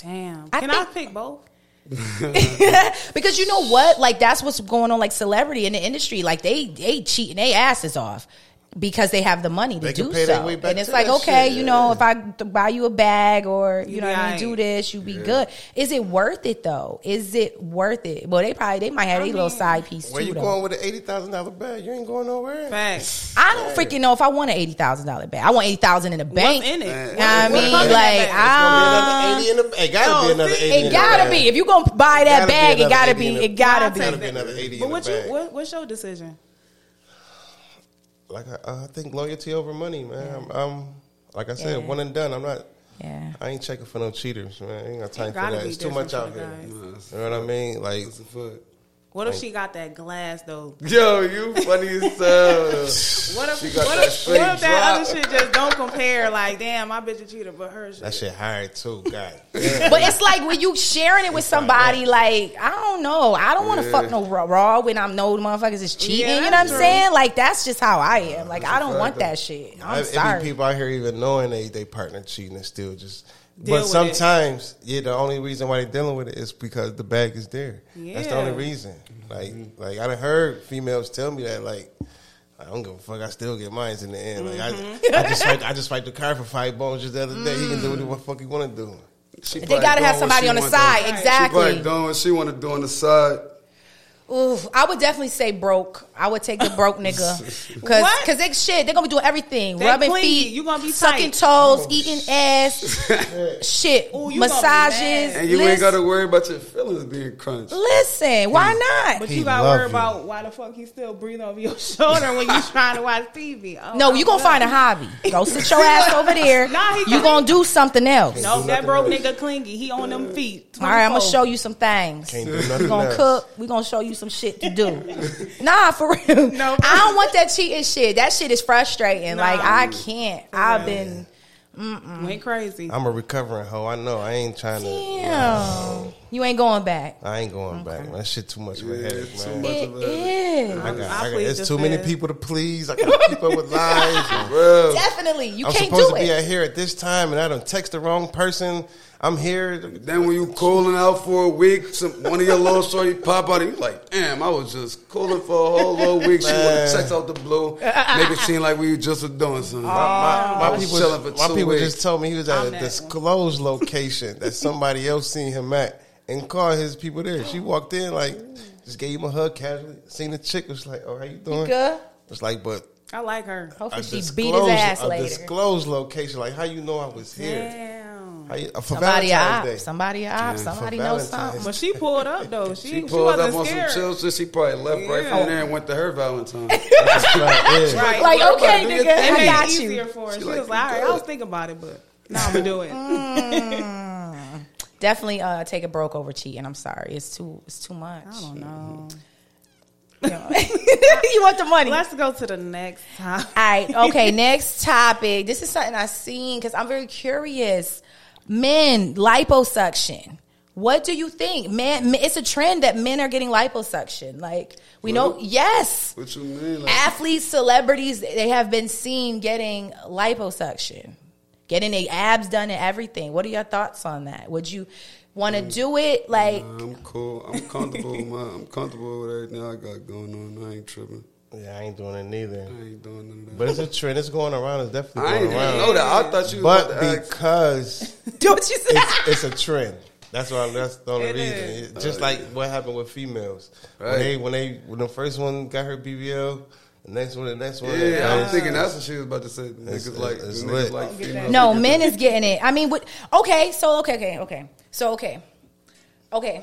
Speaker 3: Damn.
Speaker 1: I
Speaker 3: Can I
Speaker 1: think-
Speaker 3: pick both?
Speaker 1: because you know what? Like that's what's going on. Like celebrity in the industry, like they they cheating, they asses off. because they have the money to
Speaker 2: They can
Speaker 1: do
Speaker 2: pay their
Speaker 1: so.
Speaker 2: way back
Speaker 1: And it's
Speaker 2: to
Speaker 1: like,
Speaker 2: that
Speaker 1: okay,
Speaker 2: shit.
Speaker 1: you know, if I th- buy you a bag or you
Speaker 3: You
Speaker 1: know, what I mean,
Speaker 3: right.
Speaker 1: do this, you be good. Is it worth it though? Is it worth it? Well, they probably they might have a little side piece
Speaker 2: Where
Speaker 1: too.
Speaker 2: you
Speaker 1: though.
Speaker 2: going with an eighty thousand dollar bag? You ain't going nowhere.
Speaker 3: Facts.
Speaker 1: I don't freaking know if I want an eighty thousand dollar bag. I want eighty thousand in the bank.
Speaker 3: What's in it?
Speaker 1: Know what I
Speaker 2: What
Speaker 1: mean,
Speaker 2: about
Speaker 1: like,
Speaker 2: It's
Speaker 1: I.
Speaker 2: gonna be another eighty in the. It gotta
Speaker 3: No,
Speaker 2: be another
Speaker 3: Ah. Oh, see,
Speaker 2: eighty. in
Speaker 1: It
Speaker 2: the
Speaker 1: gotta
Speaker 2: bag.
Speaker 1: be. If you gonna buy that
Speaker 2: Gotta be
Speaker 1: bag, it
Speaker 2: another
Speaker 1: gotta
Speaker 2: 80 in
Speaker 1: be.
Speaker 2: the-
Speaker 1: It gotta
Speaker 3: I'll
Speaker 1: be.
Speaker 3: take
Speaker 2: Gotta be
Speaker 3: that.
Speaker 2: another eighty
Speaker 3: But
Speaker 2: in the
Speaker 3: what you,
Speaker 2: bag.
Speaker 3: what, what's your decision?
Speaker 2: Like I, I think loyalty over money, man. I'm, I'm like I said,
Speaker 1: Yeah.
Speaker 2: one and done. I'm not.
Speaker 1: Yeah.
Speaker 2: I ain't checking for no cheaters, man. I ain't got time
Speaker 3: gotta
Speaker 2: for that.
Speaker 3: be
Speaker 2: It's too much out
Speaker 3: different for
Speaker 2: here.
Speaker 3: the
Speaker 2: You
Speaker 3: guys.
Speaker 4: Nah, that's a
Speaker 2: know what I mean? Like
Speaker 4: that's a fuck.
Speaker 3: What if she got that glass though?
Speaker 4: Yo, you funny as
Speaker 3: What if
Speaker 4: She got
Speaker 3: what
Speaker 4: that
Speaker 3: if,
Speaker 4: straight
Speaker 3: what if that
Speaker 4: drop.
Speaker 3: other shit just don't compare? Like, damn, my bitch a cheater, but her shit.
Speaker 2: that shit hired too. God.
Speaker 1: But it's like when you sharing it with somebody, like I don't know, I don't want to
Speaker 4: Yeah.
Speaker 1: fuck no raw, raw when I'm no motherfuckers is cheating.
Speaker 3: Yeah,
Speaker 1: you know what I'm
Speaker 3: that's
Speaker 1: saying? Like that's just how I am. Like I don't
Speaker 2: fact,
Speaker 1: want
Speaker 2: though.
Speaker 1: that shit.
Speaker 2: I-
Speaker 1: I'm
Speaker 2: it be
Speaker 1: sorry.
Speaker 2: people out here even knowing they they partner cheating and still just.
Speaker 3: Deal
Speaker 2: but
Speaker 3: with it.
Speaker 2: sometimes, yeah, the only reason why they dealing with it is because the bag is there. That's the only
Speaker 3: Yeah.
Speaker 2: reason.
Speaker 4: Mm-hmm.
Speaker 2: Like, like I done heard females tell me that. Like, I don't give a fuck. I still get mines in the end. Like,
Speaker 1: Mm-hmm.
Speaker 2: I, I just fight. I just fight the car for five bones just the other day. He can
Speaker 1: Mm.
Speaker 2: do what the fuck he want to do.
Speaker 4: shit.
Speaker 1: They gotta have somebody on the side,
Speaker 4: Right,
Speaker 1: exactly.
Speaker 4: doing she want to do on the side.
Speaker 1: Oof, I would definitely say broke. I would take the broke nigga because
Speaker 3: What?
Speaker 1: because they shit they're gonna be doing everything,
Speaker 3: They
Speaker 1: rubbing
Speaker 3: clingy.
Speaker 1: feet,
Speaker 3: You gonna be
Speaker 1: sucking
Speaker 3: tight. Oh,
Speaker 1: toes, eating ass, shit,
Speaker 3: Ooh, you gonna be
Speaker 1: massages.
Speaker 3: mad.
Speaker 4: And you ain't
Speaker 1: Listen-
Speaker 4: gotta worry about your feelings being crunched.
Speaker 1: listen. Why not?
Speaker 3: Mm. But
Speaker 2: He
Speaker 3: you gotta
Speaker 2: love
Speaker 3: worry
Speaker 2: you.
Speaker 3: about why the fuck he still breathing over your shoulder when you trying to watch TV. Oh,
Speaker 1: No,
Speaker 3: my
Speaker 1: you gonna
Speaker 3: God.
Speaker 1: find a hobby. Go sit your ass over there.
Speaker 3: Nah, he
Speaker 1: you
Speaker 3: can't.
Speaker 1: gonna do something else.
Speaker 3: No, that broke nigga clingy. He on them feet.
Speaker 1: All right, I'm gonna
Speaker 3: 24.
Speaker 1: show you some things.
Speaker 2: Can't
Speaker 1: We
Speaker 2: do nothing
Speaker 1: gonna
Speaker 2: else.
Speaker 1: cook. We gonna show you some shit to do. nah, for real.
Speaker 3: No.
Speaker 1: I don't want that cheating shit. That shit is frustrating.
Speaker 3: Nah.
Speaker 1: Like I can't. I've been.
Speaker 3: Went crazy.
Speaker 2: I'm a recovering hoe. I know. I ain't trying to.
Speaker 1: Damn. You ain't going back.
Speaker 2: I ain't going back. Man. That shit too much of a
Speaker 4: Yeah,
Speaker 2: headache,
Speaker 4: too
Speaker 2: man.
Speaker 4: much.
Speaker 1: It
Speaker 4: of
Speaker 1: is
Speaker 2: I got,
Speaker 3: I
Speaker 2: I got,
Speaker 3: plead
Speaker 2: it's
Speaker 3: the
Speaker 2: too many
Speaker 3: fifth.
Speaker 2: people to please. I can't keep up with lives. and-
Speaker 4: Bro,
Speaker 1: definitely. You
Speaker 2: I'm
Speaker 1: can't
Speaker 2: supposed
Speaker 1: do
Speaker 2: to be
Speaker 1: it.
Speaker 2: out here at this time, and I don't text the wrong person. I'm here.
Speaker 4: then when you cooling out for a week, some one of your little shorty pop out, and you like, damn, I was just cooling for a whole little week. She want
Speaker 2: Man.
Speaker 4: to text out the blue, make it seem like we just was doing something.
Speaker 2: My,
Speaker 4: I
Speaker 1: Oh,
Speaker 2: my
Speaker 4: was
Speaker 2: people,
Speaker 4: chilling for
Speaker 2: my
Speaker 4: two
Speaker 2: people
Speaker 4: weeks.
Speaker 2: just told me he was at
Speaker 3: I'm
Speaker 2: a
Speaker 3: that
Speaker 2: disclosed location that somebody else seen him at and called his people there. She walked in like, just gave him a hug casually. Seen the chick was like, "Oh, how you doing?"
Speaker 1: Good.
Speaker 2: It's like, but
Speaker 3: I like her.
Speaker 1: Hopefully
Speaker 2: a
Speaker 1: she
Speaker 2: disclosed,
Speaker 1: beat his ass
Speaker 2: a
Speaker 1: later.
Speaker 2: disclosed location. Like, how you know I was here?
Speaker 3: Damn.
Speaker 2: How you, for
Speaker 1: Somebody
Speaker 2: Valentine's
Speaker 1: up.
Speaker 2: Day.
Speaker 1: Somebody up. Somebody knows
Speaker 2: Valentine's
Speaker 1: something.
Speaker 3: But she pulled up though. She,
Speaker 4: She
Speaker 3: she,
Speaker 4: pulled up
Speaker 3: wasn't
Speaker 4: on some
Speaker 3: scared.
Speaker 4: chill shit. She probably left right
Speaker 3: Yeah.
Speaker 4: from there and went to her Valentine.
Speaker 2: That's right, yeah.
Speaker 3: Right.
Speaker 1: Like,
Speaker 3: Well,
Speaker 1: okay,
Speaker 4: do your
Speaker 1: nigga,
Speaker 3: It
Speaker 1: I
Speaker 3: made
Speaker 1: got
Speaker 3: it
Speaker 1: you.
Speaker 3: easier for her. She,
Speaker 4: She like,
Speaker 3: was like, all right,
Speaker 4: good.
Speaker 3: I was thinking about it, but now I'm gonna do it.
Speaker 1: Definitely uh, take a broke over cheating. I'm sorry. It's too. It's too much.
Speaker 3: I don't know.
Speaker 1: You know. You want the money?
Speaker 3: Let's go to the next topic.
Speaker 1: All right. Okay. next topic. This is something I've seen because I'm very curious. Men, liposuction. What do you think? Man, it's a trend that men are getting liposuction. Like, we know,
Speaker 4: Really?
Speaker 1: yes.
Speaker 4: what you mean? Like,
Speaker 1: Athletes, celebrities, they have been seen getting liposuction, getting their abs done and everything. What are your thoughts on that? Would you want to do it? Like,
Speaker 4: nah, I'm cool. I'm comfortable with my. I'm comfortable with everything I got going on. I ain't tripping.
Speaker 2: Yeah, I ain't doing it neither.
Speaker 4: I ain't doing none of that.
Speaker 2: But it's a trend. It's going around. It's definitely
Speaker 4: I ain't
Speaker 2: going
Speaker 4: even
Speaker 2: around.
Speaker 4: know that. I thought you. was about to
Speaker 2: But
Speaker 4: ask-
Speaker 2: because
Speaker 1: do what you say.
Speaker 2: it's, it's a trend. That's why. That's the only
Speaker 3: It
Speaker 2: reason.
Speaker 3: is.
Speaker 2: It- just like what happened with females.
Speaker 4: Oh,
Speaker 2: When
Speaker 4: Right.
Speaker 2: they when they when the first one got her BBL, the next one, the next one. the
Speaker 4: Yeah, I was
Speaker 2: next-
Speaker 4: thinking that's what she was about to say. Niggas
Speaker 2: It's-
Speaker 4: like,
Speaker 2: it's
Speaker 4: niggas
Speaker 2: lit.
Speaker 4: like
Speaker 2: Don't
Speaker 3: get
Speaker 4: female
Speaker 3: that.
Speaker 1: No,
Speaker 4: niggas.
Speaker 1: men is getting it. I mean, what? Okay, so okay, okay, okay. So okay, okay.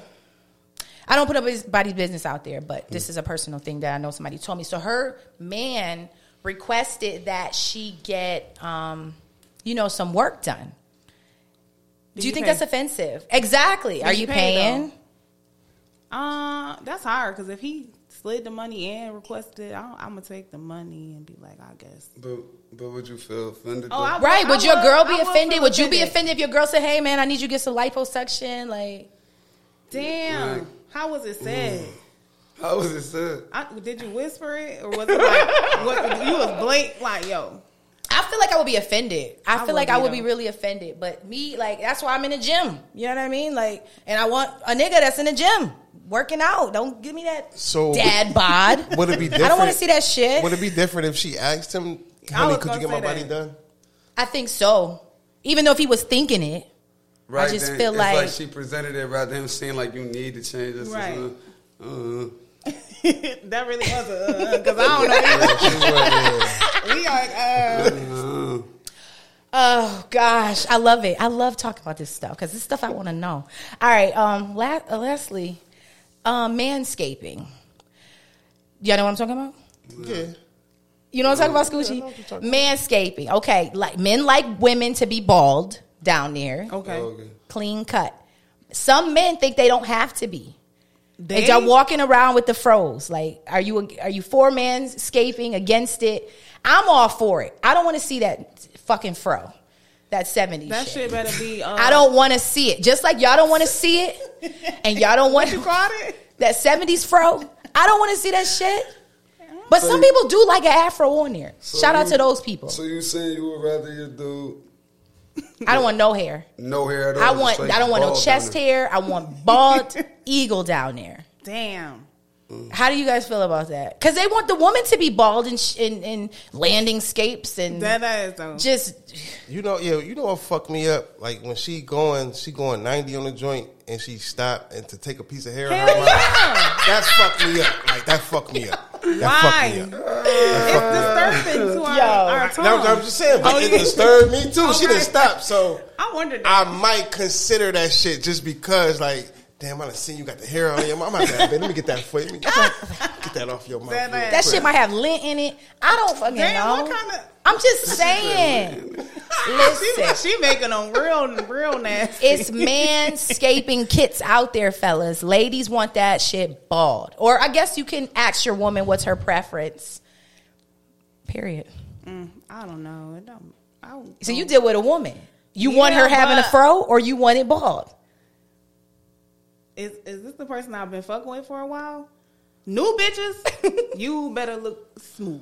Speaker 1: I don't put up his body's business out there, but this is a personal thing that I know somebody told me. So her man requested that she get, um, you know, some work done. Do, you
Speaker 3: you
Speaker 1: think
Speaker 3: pay?
Speaker 1: that's offensive? Exactly. Are
Speaker 3: you
Speaker 1: you,
Speaker 3: pay,
Speaker 1: paying?
Speaker 3: Uh, that's hard because if he slid the money in, requested, I don't, I'm gonna take the money and be like, I guess.
Speaker 4: But but would you feel offended?
Speaker 3: Oh,
Speaker 4: though?
Speaker 3: I-
Speaker 1: Right? Would your
Speaker 3: would-
Speaker 1: girl
Speaker 3: I
Speaker 1: be
Speaker 3: would
Speaker 1: offended?
Speaker 3: feel
Speaker 1: Would you be
Speaker 3: offended.
Speaker 1: offended if your girl said, "Hey, man, I need you to get some liposuction"? Like,
Speaker 3: Damn,
Speaker 4: Right.
Speaker 3: how was it said?
Speaker 4: How was it said?
Speaker 3: I, did you whisper it or was it like what, you was blank? Like, yo,
Speaker 1: I feel like I would be offended. I, feel
Speaker 3: would
Speaker 1: like
Speaker 3: be,
Speaker 1: I would be
Speaker 3: though.
Speaker 1: really offended. But me, like, that's why I'm in the gym. You know what I mean? Like, and I want a nigga that's in the gym. working out. Don't give me that
Speaker 2: So
Speaker 1: dad bod.
Speaker 2: would it be different?
Speaker 1: I don't want to see that shit.
Speaker 2: Would it be different if she asked him,
Speaker 3: I
Speaker 2: honey,
Speaker 3: was
Speaker 2: could you
Speaker 3: gonna
Speaker 2: get my
Speaker 3: say
Speaker 2: body
Speaker 3: that.
Speaker 2: done?
Speaker 1: I think so. Even though if he was thinking it,
Speaker 4: Right
Speaker 1: just
Speaker 4: then,
Speaker 1: feel
Speaker 4: it's
Speaker 1: like-
Speaker 4: she presented it rather than him saying like you need to change this.
Speaker 3: Right.
Speaker 4: Right. Uh,
Speaker 3: that really was a because I don't know.
Speaker 2: Yeah, she would, yeah.
Speaker 3: we are. Uh,
Speaker 4: uh,
Speaker 1: oh gosh, I love it. I love talking about this stuff because it's stuff I want to know. All right, um, la- uh, lastly, um, manscaping. Y'all know what I'm talking about?
Speaker 2: yeah.
Speaker 1: You know what I'm talking about,
Speaker 2: Yeah, I know what you're
Speaker 1: Scoochie?
Speaker 2: talking
Speaker 1: Manscaping. Okay, like men like women to be bald down there,
Speaker 3: okay.
Speaker 4: okay.
Speaker 1: clean cut. Some men think they don't have to be.
Speaker 3: They,
Speaker 1: And y'all walking around with the froze. Like, are you are you for manscaping against it? I'm all for it. I don't want to see that fucking fro, that seventy
Speaker 3: That
Speaker 1: shit.
Speaker 3: shit better be. Uh,
Speaker 1: I don't want to see it. Just like y'all don't want to see it, and y'all don't want
Speaker 3: You caught it.
Speaker 1: that seventies fro. I don't want to see that shit. But some people do like an afro on there.
Speaker 4: So
Speaker 1: Shout out
Speaker 4: you-
Speaker 1: to those people.
Speaker 4: So you saying you would rather your dude
Speaker 1: I don't want no hair.
Speaker 4: no hair at all?
Speaker 1: I
Speaker 4: just
Speaker 1: want.
Speaker 4: like
Speaker 1: I don't want no
Speaker 4: bald
Speaker 1: chest
Speaker 4: down
Speaker 1: hair. I want bald eagle down there.
Speaker 3: Damn.
Speaker 1: How do you guys feel about that? Because they want the woman to be bald and sh- and, and landing scapes and
Speaker 3: That ass though.
Speaker 1: just
Speaker 2: You know, yeah, you know what fucked me up? Like when she going, she going 90 on the joint and she stopped and to take a piece of hair out her
Speaker 3: Hell
Speaker 2: mouth.
Speaker 3: yeah.
Speaker 2: That fucked me up. Like that fucked me up. That
Speaker 3: Why?
Speaker 2: fucked me up.
Speaker 3: It's disturbing to our,
Speaker 1: Yo.
Speaker 3: our
Speaker 2: That was, I'm
Speaker 3: tongue.
Speaker 2: just saying, but
Speaker 3: Oh,
Speaker 2: it
Speaker 3: yeah.
Speaker 2: disturbed me too. She
Speaker 3: Okay.
Speaker 2: didn't stop, so
Speaker 3: I wondered. That.
Speaker 2: I might consider that shit just because, like, damn, I done seen you got the hair on your mouth. I'm out there, man. Let me get that for you. Let me Get that, get that off your mouth.
Speaker 3: That
Speaker 2: real
Speaker 3: ass.
Speaker 1: that
Speaker 2: quick.
Speaker 1: shit might have lint in it. I don't fucking
Speaker 3: Damn,
Speaker 1: know.
Speaker 3: what kinda-
Speaker 1: I'm just saying. Listen,
Speaker 3: she, she making them real, real nasty.
Speaker 1: it's manscaping kits out there, fellas. Ladies want that shit bald, or I guess you can ask your woman what's her preference. Period.
Speaker 3: Mm, I don't know. It don't, I don't,
Speaker 1: So you deal with a woman. You want
Speaker 3: Yeah,
Speaker 1: her having a
Speaker 3: but-
Speaker 1: fro, or you want it bald?
Speaker 3: is, is this the person I've been fucking with for a while? New bitches, you better look smooth.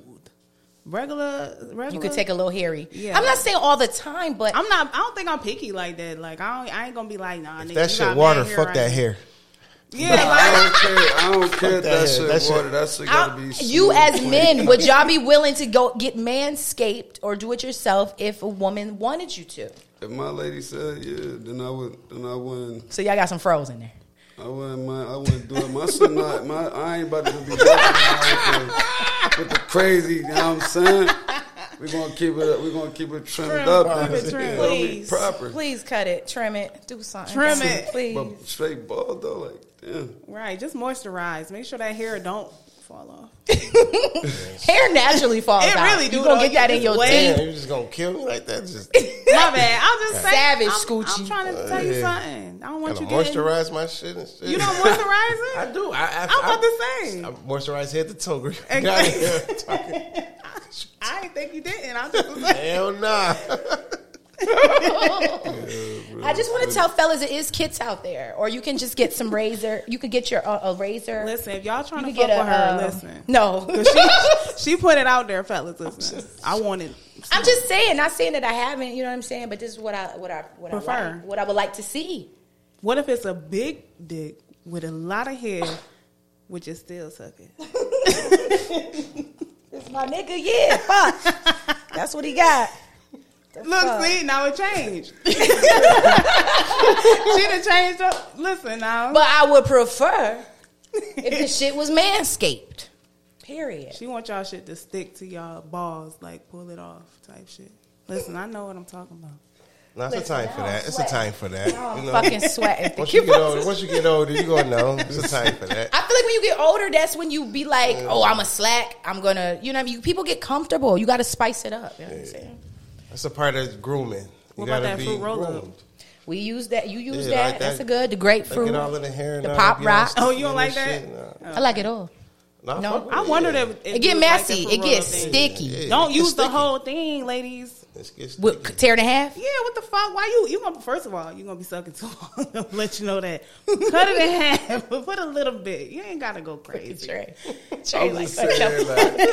Speaker 3: Regular, regular.
Speaker 1: You could take a little hairy.
Speaker 3: Uh-huh. Yeah.
Speaker 1: I'm not saying all the time, but
Speaker 3: I'm not. I don't think I'm picky like that. Like I, don't, I ain't gonna be like, nah. nigga,
Speaker 2: That
Speaker 3: you
Speaker 2: shit
Speaker 3: got
Speaker 2: water.
Speaker 3: bad hair
Speaker 2: fuck
Speaker 3: right
Speaker 2: that
Speaker 3: now.
Speaker 2: hair.
Speaker 3: Yeah,
Speaker 4: there.
Speaker 3: like,
Speaker 4: I don't care. I don't care if
Speaker 2: that
Speaker 4: that
Speaker 2: hair.
Speaker 4: shit
Speaker 2: That shit-
Speaker 4: water. That shit
Speaker 1: I'll-
Speaker 4: gotta be.
Speaker 1: you
Speaker 4: smooth,
Speaker 1: as
Speaker 4: clean.
Speaker 1: men, would y'all be willing to go get manscaped or do it yourself if a woman wanted you to?
Speaker 4: If my lady said yeah, then I would. Then I wouldn't.
Speaker 1: So y'all got some froze in there.
Speaker 4: I wouldn't mind. I wouldn't do it. My son, not, my, I ain't about to be walking around with the, with the crazy. You know what I'm saying? We're gonna keep it. We're gonna keep it trimmed
Speaker 3: Trim,
Speaker 4: up.
Speaker 3: keep it
Speaker 4: and,
Speaker 3: trim.
Speaker 4: you know what I mean,
Speaker 1: Please,
Speaker 4: proper.
Speaker 1: please cut it, trim it, do something,
Speaker 3: Trim it.
Speaker 1: please.
Speaker 4: But straight bald though, like damn.
Speaker 3: right. Just moisturize. Make sure that hair don't fall off.
Speaker 1: Hair naturally falls
Speaker 3: It
Speaker 1: out.
Speaker 3: really do,
Speaker 1: You gonna
Speaker 3: though.
Speaker 1: get that
Speaker 3: You
Speaker 1: in your
Speaker 3: just
Speaker 1: teeth?
Speaker 2: Damn, you just gonna kill me like that? Just
Speaker 3: My bad. I'm just saying.
Speaker 1: Savage,
Speaker 3: I'm, I'm
Speaker 1: Scoochie.
Speaker 3: trying to tell you
Speaker 2: Yeah.
Speaker 3: something. I don't want
Speaker 2: gotta
Speaker 3: you getting.
Speaker 2: moisturize my shit and shit.
Speaker 3: You don't moisturize it.
Speaker 2: I do. I, I,
Speaker 3: I'm about to say.
Speaker 2: I moisturize head to toe. girl.
Speaker 3: Exactly.
Speaker 2: Get out of here. Talking-
Speaker 3: I didn't think you didn't. I just
Speaker 2: Hell nah.
Speaker 1: I just want to tell fellas, it is kits out there, or you can just get some razor. You could get your uh, a razor.
Speaker 3: listen. If y'all trying
Speaker 1: you
Speaker 3: to
Speaker 1: could
Speaker 3: fuck
Speaker 1: get a
Speaker 3: with
Speaker 1: uh,
Speaker 3: her, listen.
Speaker 1: No,
Speaker 3: She put it out there, fellas. Listen, I wanted.
Speaker 1: I'm just saying, not saying that I haven't, you know what I'm saying, but this is what I what I what I
Speaker 3: Prefer.
Speaker 1: like, what I would like to see.
Speaker 3: What if it's a big dick with a lot of hair, which is still sucking?
Speaker 1: It's my nigga, yeah, fuck. That's what he got.
Speaker 3: Look, see, now it changed. she done changed up. Listen now,
Speaker 1: But I would prefer if the shit was manscaped. Period.
Speaker 3: she want y'all shit to stick to y'all balls, like pull it off type shit. Listen, I know what I'm talking about.
Speaker 2: Nah, it's a time for that. It's a time for that.
Speaker 1: I'm
Speaker 2: You know,
Speaker 1: fucking sweating.
Speaker 2: once you get older, once you get older, you gonna know. It's a time for that.
Speaker 1: I feel like when you get older, that's when you be like, oh, I'm a slack. I'm gonna, you know, what I mean, people get comfortable. You got to spice it up. You know what I'm saying?
Speaker 2: That's a part of grooming. You
Speaker 3: What about
Speaker 2: gotta
Speaker 3: that
Speaker 2: be
Speaker 3: fruit roll-up?
Speaker 2: groomed.
Speaker 1: We use that. You use
Speaker 2: Yeah,
Speaker 1: that.
Speaker 2: like
Speaker 1: That's
Speaker 2: that.
Speaker 1: a good. The
Speaker 2: Like,
Speaker 1: grapefruit.
Speaker 2: get all in the hair and
Speaker 1: The
Speaker 2: all
Speaker 1: pop
Speaker 2: be all
Speaker 1: rock.
Speaker 2: sticky
Speaker 3: Oh, you don't
Speaker 2: and
Speaker 3: like
Speaker 2: shit. Nah.
Speaker 1: I like it all.
Speaker 2: Nah,
Speaker 1: No.
Speaker 2: fuck with
Speaker 3: I
Speaker 2: it.
Speaker 3: wondered if
Speaker 1: It get
Speaker 3: was like that
Speaker 1: messy.
Speaker 3: for
Speaker 1: It
Speaker 3: roll-up
Speaker 1: gets
Speaker 3: thing.
Speaker 1: sticky.
Speaker 2: Yeah.
Speaker 3: Don't
Speaker 2: It's
Speaker 3: use the
Speaker 2: sticky.
Speaker 3: whole thing, ladies.
Speaker 2: Let's get sticky.
Speaker 1: What, tear it in half?
Speaker 3: Yeah, what the fuck? Why you? You gonna first of all, you gonna be sucking too long. I'm gonna let you know that. Cut it in half, but put a little bit. You ain't gotta go crazy.
Speaker 1: Trey.
Speaker 4: I
Speaker 1: Trey
Speaker 4: was
Speaker 1: like,
Speaker 4: just
Speaker 1: okay.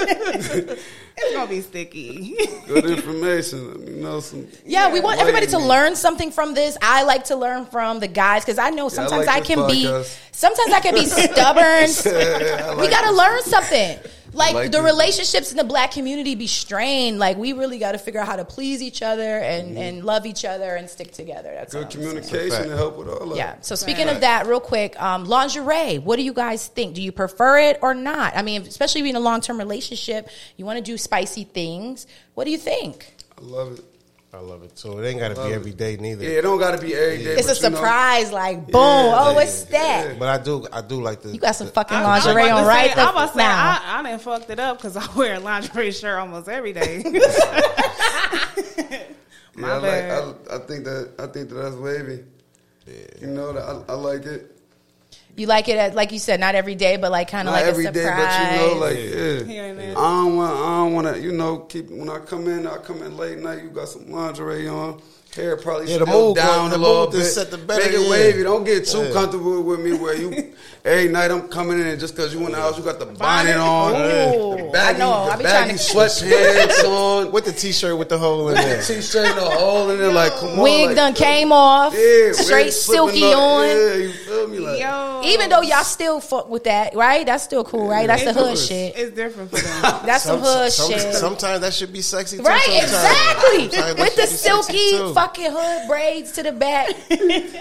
Speaker 4: saying, like,
Speaker 3: It's gonna be sticky.
Speaker 4: good information. Let me know some.
Speaker 1: Yeah, we want
Speaker 4: Wait a
Speaker 1: everybody to
Speaker 4: minute.
Speaker 1: learn something from this. I like to learn from the guys because I know sometimes
Speaker 4: like
Speaker 1: I,
Speaker 4: this
Speaker 1: can be
Speaker 4: podcast.
Speaker 1: sometimes I can be stubborn.
Speaker 4: I
Speaker 1: we
Speaker 4: like
Speaker 1: gotta
Speaker 4: it.
Speaker 1: learn something. Like,
Speaker 4: Like
Speaker 1: the
Speaker 4: this.
Speaker 1: relationships in the black community be strained. Like we really gotta figure out how to please each other and, and love each other and stick together. That's all
Speaker 4: Mm-hmm. good
Speaker 1: I'm saying.
Speaker 4: communication to help with all that.
Speaker 1: Yeah. So speaking of that, real quick, um, lingerie. What do you guys think? Do you prefer it or not? I mean, especially being in a long term relationship, you want to do spicy things. What do you think?
Speaker 4: I love it.
Speaker 2: I love it too. It ain't gotta
Speaker 4: Love
Speaker 2: be
Speaker 4: it.
Speaker 2: every day neither.
Speaker 4: Yeah, it don't got to be every day.
Speaker 1: It's a
Speaker 4: but you know,
Speaker 1: surprise, like boom!
Speaker 4: Yeah,
Speaker 1: oh,
Speaker 4: yeah,
Speaker 1: what's that?
Speaker 2: But I do, I do like the.
Speaker 1: You got some fucking
Speaker 3: I was
Speaker 1: lingerie
Speaker 3: about
Speaker 1: on
Speaker 3: to
Speaker 1: right
Speaker 3: say-
Speaker 1: the
Speaker 3: I was about to say,
Speaker 1: now.
Speaker 3: I, I done fucked it up because I wear a lingerie shirt almost every day.
Speaker 4: yeah,
Speaker 3: My
Speaker 4: I,
Speaker 3: bad.
Speaker 4: like, I, I think that I think that that's wavy. You know, that I, I like it.
Speaker 1: you like it, at, like you said, not every day, but like kind of
Speaker 4: Not
Speaker 1: like
Speaker 4: every
Speaker 1: a
Speaker 4: day,
Speaker 1: surprise.
Speaker 4: but you know, like yeah.
Speaker 3: Here and there.
Speaker 4: I don't want. I don't want to. You know, keep when I come in. I come in late night. You got some lingerie on. Hair probably
Speaker 2: Yeah, the
Speaker 4: still
Speaker 2: mood
Speaker 4: down
Speaker 2: going- the
Speaker 4: a little
Speaker 2: mood
Speaker 4: bit.
Speaker 2: is set the better,
Speaker 4: Make it
Speaker 2: yeah.
Speaker 4: wavy. Don't get too
Speaker 2: Yeah.
Speaker 4: comfortable with me. Where you every night I'm coming in and just because you in the house, you got the bonnet
Speaker 3: Bonnet.
Speaker 4: on,
Speaker 1: Ooh.
Speaker 4: the
Speaker 1: I know, I
Speaker 4: baggy,
Speaker 1: be
Speaker 4: the
Speaker 1: trying
Speaker 4: baggy
Speaker 1: to-
Speaker 4: sweatpants on,
Speaker 2: with the t-shirt with the hole in there.
Speaker 4: t-shirt, and a hole in it. Like come on,
Speaker 1: Wig
Speaker 4: like,
Speaker 1: done came off,
Speaker 4: Yeah,
Speaker 1: straight
Speaker 4: wig slipping
Speaker 1: silky
Speaker 4: up.
Speaker 1: on.
Speaker 4: Yeah, you feel me? Like,
Speaker 3: Yo,
Speaker 1: Even though y'all still fuck with that, right? That's still cool, right? That's the
Speaker 3: Of
Speaker 1: hood
Speaker 4: course.
Speaker 1: shit.
Speaker 3: it's different for them.
Speaker 1: That's some, hood
Speaker 2: some-
Speaker 1: shit.
Speaker 2: Sometimes that should be sexy. Too,
Speaker 1: Right,
Speaker 2: sometimes. Sometimes
Speaker 1: exactly.
Speaker 2: that
Speaker 1: With the
Speaker 2: should be sexy,
Speaker 1: silky
Speaker 2: too.
Speaker 1: fucking hood braids to the back.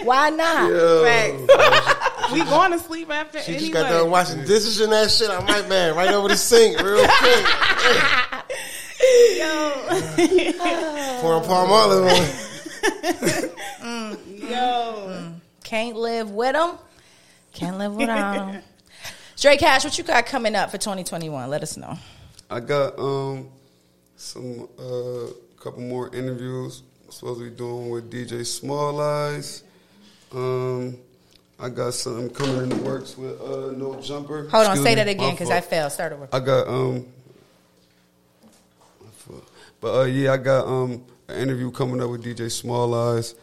Speaker 1: Why not?
Speaker 4: yo.
Speaker 3: Facts. we going to sleep after
Speaker 2: She just
Speaker 3: anyway.
Speaker 2: got done watching dishes and that shit. I might man right over the sink real quick. Pour a palm olive on.
Speaker 3: Yo,
Speaker 1: Can't live with them. Can't live without them. Dre Cash, what you got coming up for 2021? Let us know.
Speaker 4: I got um some uh couple more interviews I'm supposed to be doing with DJ Small Eyes. Um I got something coming in the works with uh No Jumper.
Speaker 1: Hold on,
Speaker 4: Excuse
Speaker 1: say
Speaker 4: me,
Speaker 1: that
Speaker 4: my
Speaker 1: again because
Speaker 4: fault.
Speaker 1: I fell. Start over.
Speaker 4: I got um, my fault. but uh, yeah, I got um an interview coming up with DJ Small Eyes.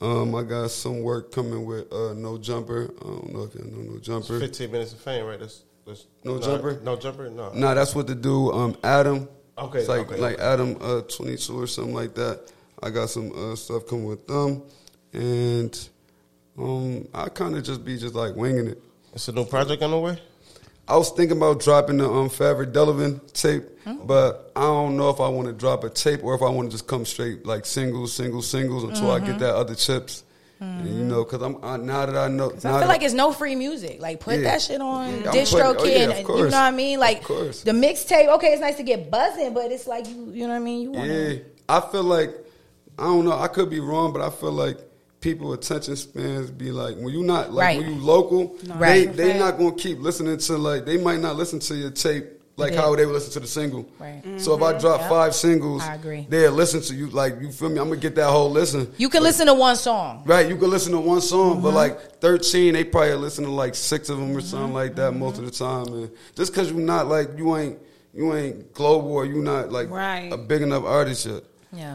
Speaker 4: Um, I got some work coming with uh, No Jumper. I don't know if y'all know No Jumper.
Speaker 2: Fifteen minutes of fame, right? That's, that's
Speaker 4: No jumper?
Speaker 2: No jumper. No.
Speaker 4: No, that's what the dude um, Adam.
Speaker 2: Okay,
Speaker 4: It's like
Speaker 2: okay.
Speaker 4: like Adam uh, twenty two or something like that. I got some uh, stuff coming with them, and um, I kind of just be just like winging it.
Speaker 2: It's a new project on the way.
Speaker 4: I was thinking about dropping the um, Fabric Delavan tape,
Speaker 1: Hmm?
Speaker 4: but I don't know if I want to drop a tape or if I want to just come straight like singles, singles, singles until I
Speaker 1: Mm-hmm.
Speaker 4: get that other chips. And, you know, because I'm I, now that I know.
Speaker 1: So Mm-hmm. I feel like it's no free music. Like put
Speaker 4: Yeah.
Speaker 1: that shit on
Speaker 4: Yeah, I'm
Speaker 1: distro
Speaker 4: putting- oh, yeah,
Speaker 1: DistroKid. and
Speaker 4: of
Speaker 1: you know
Speaker 4: course.
Speaker 1: what I mean? Like
Speaker 4: Of course.
Speaker 1: the mixtape. Okay, it's nice to get buzzing, but it's like you. You know what I mean? You want
Speaker 4: Yeah, I feel like I don't know. I could be wrong, but I feel like people attention spans be like when you not like
Speaker 1: Right.
Speaker 4: when you local, they
Speaker 1: Right.
Speaker 4: they not gonna keep listening to like they might not listen to your tape like
Speaker 1: Yeah.
Speaker 4: how they would listen to the single.
Speaker 1: Right. Mm-hmm.
Speaker 4: So if I drop
Speaker 1: Yep.
Speaker 4: five singles,
Speaker 1: I agree.
Speaker 4: They listen to you like you feel me. I'm gonna get that whole listen.
Speaker 1: you Mm-hmm. can listen to one song.
Speaker 4: Right, you can listen to one song, but like thirteen, they probably listen to like six of them or
Speaker 1: Mm-hmm.
Speaker 4: something like that most of the time. And just because you're not like you ain't you ain't global or you not like
Speaker 3: Right.
Speaker 4: a big enough artist yet.
Speaker 1: Yeah.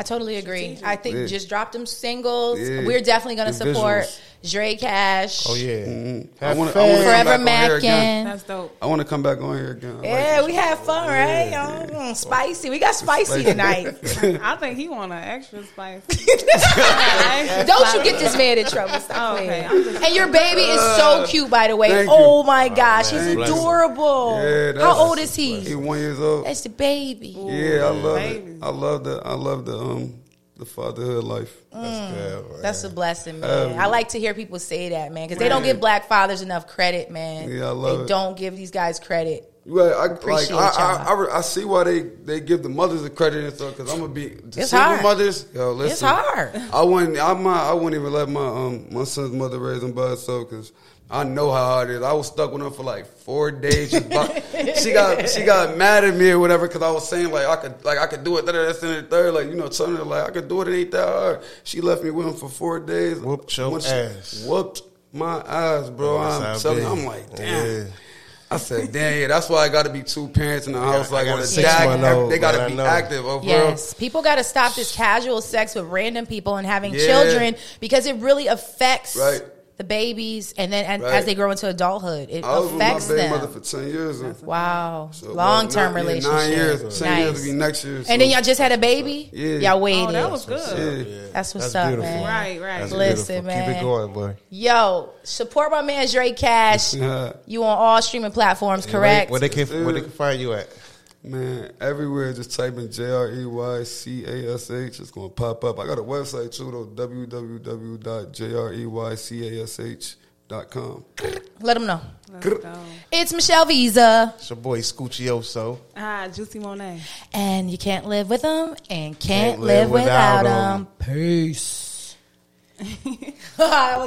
Speaker 1: I totally agree. I think
Speaker 4: Yeah.
Speaker 1: just drop them singles.
Speaker 4: Yeah.
Speaker 1: We're definitely going to
Speaker 4: The
Speaker 1: support
Speaker 4: visuals.
Speaker 1: Dre Cash.
Speaker 2: Oh yeah.
Speaker 4: I
Speaker 2: Have
Speaker 4: wanna- I
Speaker 2: fun.
Speaker 4: wanna-
Speaker 1: Forever
Speaker 4: Come back on here
Speaker 1: Mackin.
Speaker 4: again.
Speaker 3: that's dope.
Speaker 4: I want to come back on here again. I like
Speaker 1: Yeah,
Speaker 4: it.
Speaker 1: we had fun, right? Um, Spicy. We got spicy
Speaker 4: Spicy.
Speaker 1: tonight.
Speaker 3: I think he want an extra spice. Extra
Speaker 1: Don't you
Speaker 3: spice.
Speaker 1: get this man in trouble. Stop
Speaker 3: Okay,
Speaker 1: playing.
Speaker 3: I'm just-
Speaker 1: And your baby is so cute, by the way.
Speaker 4: Uh, Thank you.
Speaker 1: Oh my gosh,
Speaker 2: man,
Speaker 1: he's
Speaker 2: bless him.
Speaker 1: adorable.
Speaker 4: Yeah, that's-
Speaker 1: How old is
Speaker 4: He
Speaker 1: he?
Speaker 4: one years old.
Speaker 1: That's the baby.
Speaker 4: yeah, I love
Speaker 3: baby.
Speaker 4: it. I love the. I love the um the fatherhood life.
Speaker 2: That's good, man.
Speaker 1: That's a blessing, man.
Speaker 4: Um,
Speaker 1: I like to hear people say that, man, because they don't give black fathers enough credit, man.
Speaker 4: Yeah, I love
Speaker 1: They
Speaker 4: it.
Speaker 1: don't give these guys credit.
Speaker 4: Right, I like.
Speaker 1: Appreciate
Speaker 4: I, I,
Speaker 1: y'all.
Speaker 4: I, re- I see why they they give the mothers the credit and stuff because I'm gonna be the
Speaker 1: It's
Speaker 4: single
Speaker 1: hard.
Speaker 4: mothers. Yo, listen,
Speaker 1: It's hard.
Speaker 4: I wouldn't. I might. I wouldn't even let my um my son's mother raise him by herself because I know how hard it is. I was stuck with him for like four days. Just by- she got she got mad at me or whatever because I was saying like I could like I could do it. That that and the third like you know telling her like I could do it. It ain't that hard. She left me with him for four days.
Speaker 2: Whooped your
Speaker 4: Once-
Speaker 2: ass.
Speaker 4: Whooped my ass, bro.
Speaker 2: That's how it
Speaker 4: Um, I'm telling.
Speaker 2: be.
Speaker 4: you, I'm like damn.
Speaker 2: Yeah.
Speaker 4: I said, damn, yeah, that's why I got to be two parents in the house.
Speaker 2: I
Speaker 4: Like,
Speaker 2: got
Speaker 4: on
Speaker 2: a
Speaker 4: a
Speaker 2: six month
Speaker 4: stack,
Speaker 2: old,
Speaker 4: they got
Speaker 2: man,
Speaker 4: to
Speaker 2: I
Speaker 4: be
Speaker 2: know.
Speaker 4: active. Oh,
Speaker 1: Yes, people got to stop this casual sex with random people and having
Speaker 4: Yeah.
Speaker 1: children because it really affects
Speaker 4: Right.
Speaker 1: the babies, and then and, as
Speaker 4: Right.
Speaker 1: they grow into adulthood, it
Speaker 4: bro. I was with my
Speaker 1: affects
Speaker 4: baby mother
Speaker 1: them.
Speaker 4: for ten years. and-
Speaker 1: wow,
Speaker 4: so, well,
Speaker 1: long term
Speaker 4: nine- yeah,
Speaker 1: relationship.
Speaker 4: Nine years, ten years
Speaker 1: Nice.
Speaker 4: will be next year.
Speaker 1: and then y'all
Speaker 4: so-
Speaker 1: just had a baby.
Speaker 4: Yeah.
Speaker 1: Y'all waited.
Speaker 3: Oh, that was good.
Speaker 4: Yeah.
Speaker 1: That's what's
Speaker 2: That's
Speaker 1: up,
Speaker 2: beautiful.
Speaker 1: man.
Speaker 3: Right, right.
Speaker 2: That's
Speaker 1: Listen,
Speaker 2: beautiful. Keep
Speaker 1: man.
Speaker 2: it going, boy.
Speaker 1: Yo, support my man Dre Cash.
Speaker 4: Yeah.
Speaker 1: you on all streaming platforms, correct?
Speaker 2: Where they, where they can where they can find you at?
Speaker 4: Man, everywhere just type in J R E Y C A S H. It's gonna pop up. I got a website too though, E www.jreycash.com.
Speaker 1: Let them know.
Speaker 3: Let's go.
Speaker 1: It's Michelle Visa,
Speaker 2: It's your boy Scuccioso.
Speaker 3: Ah, Juicy Monet.
Speaker 1: and you can't live with them, and can't,
Speaker 2: Can't
Speaker 1: live,
Speaker 2: live
Speaker 1: without them.
Speaker 2: without
Speaker 1: Peace. that was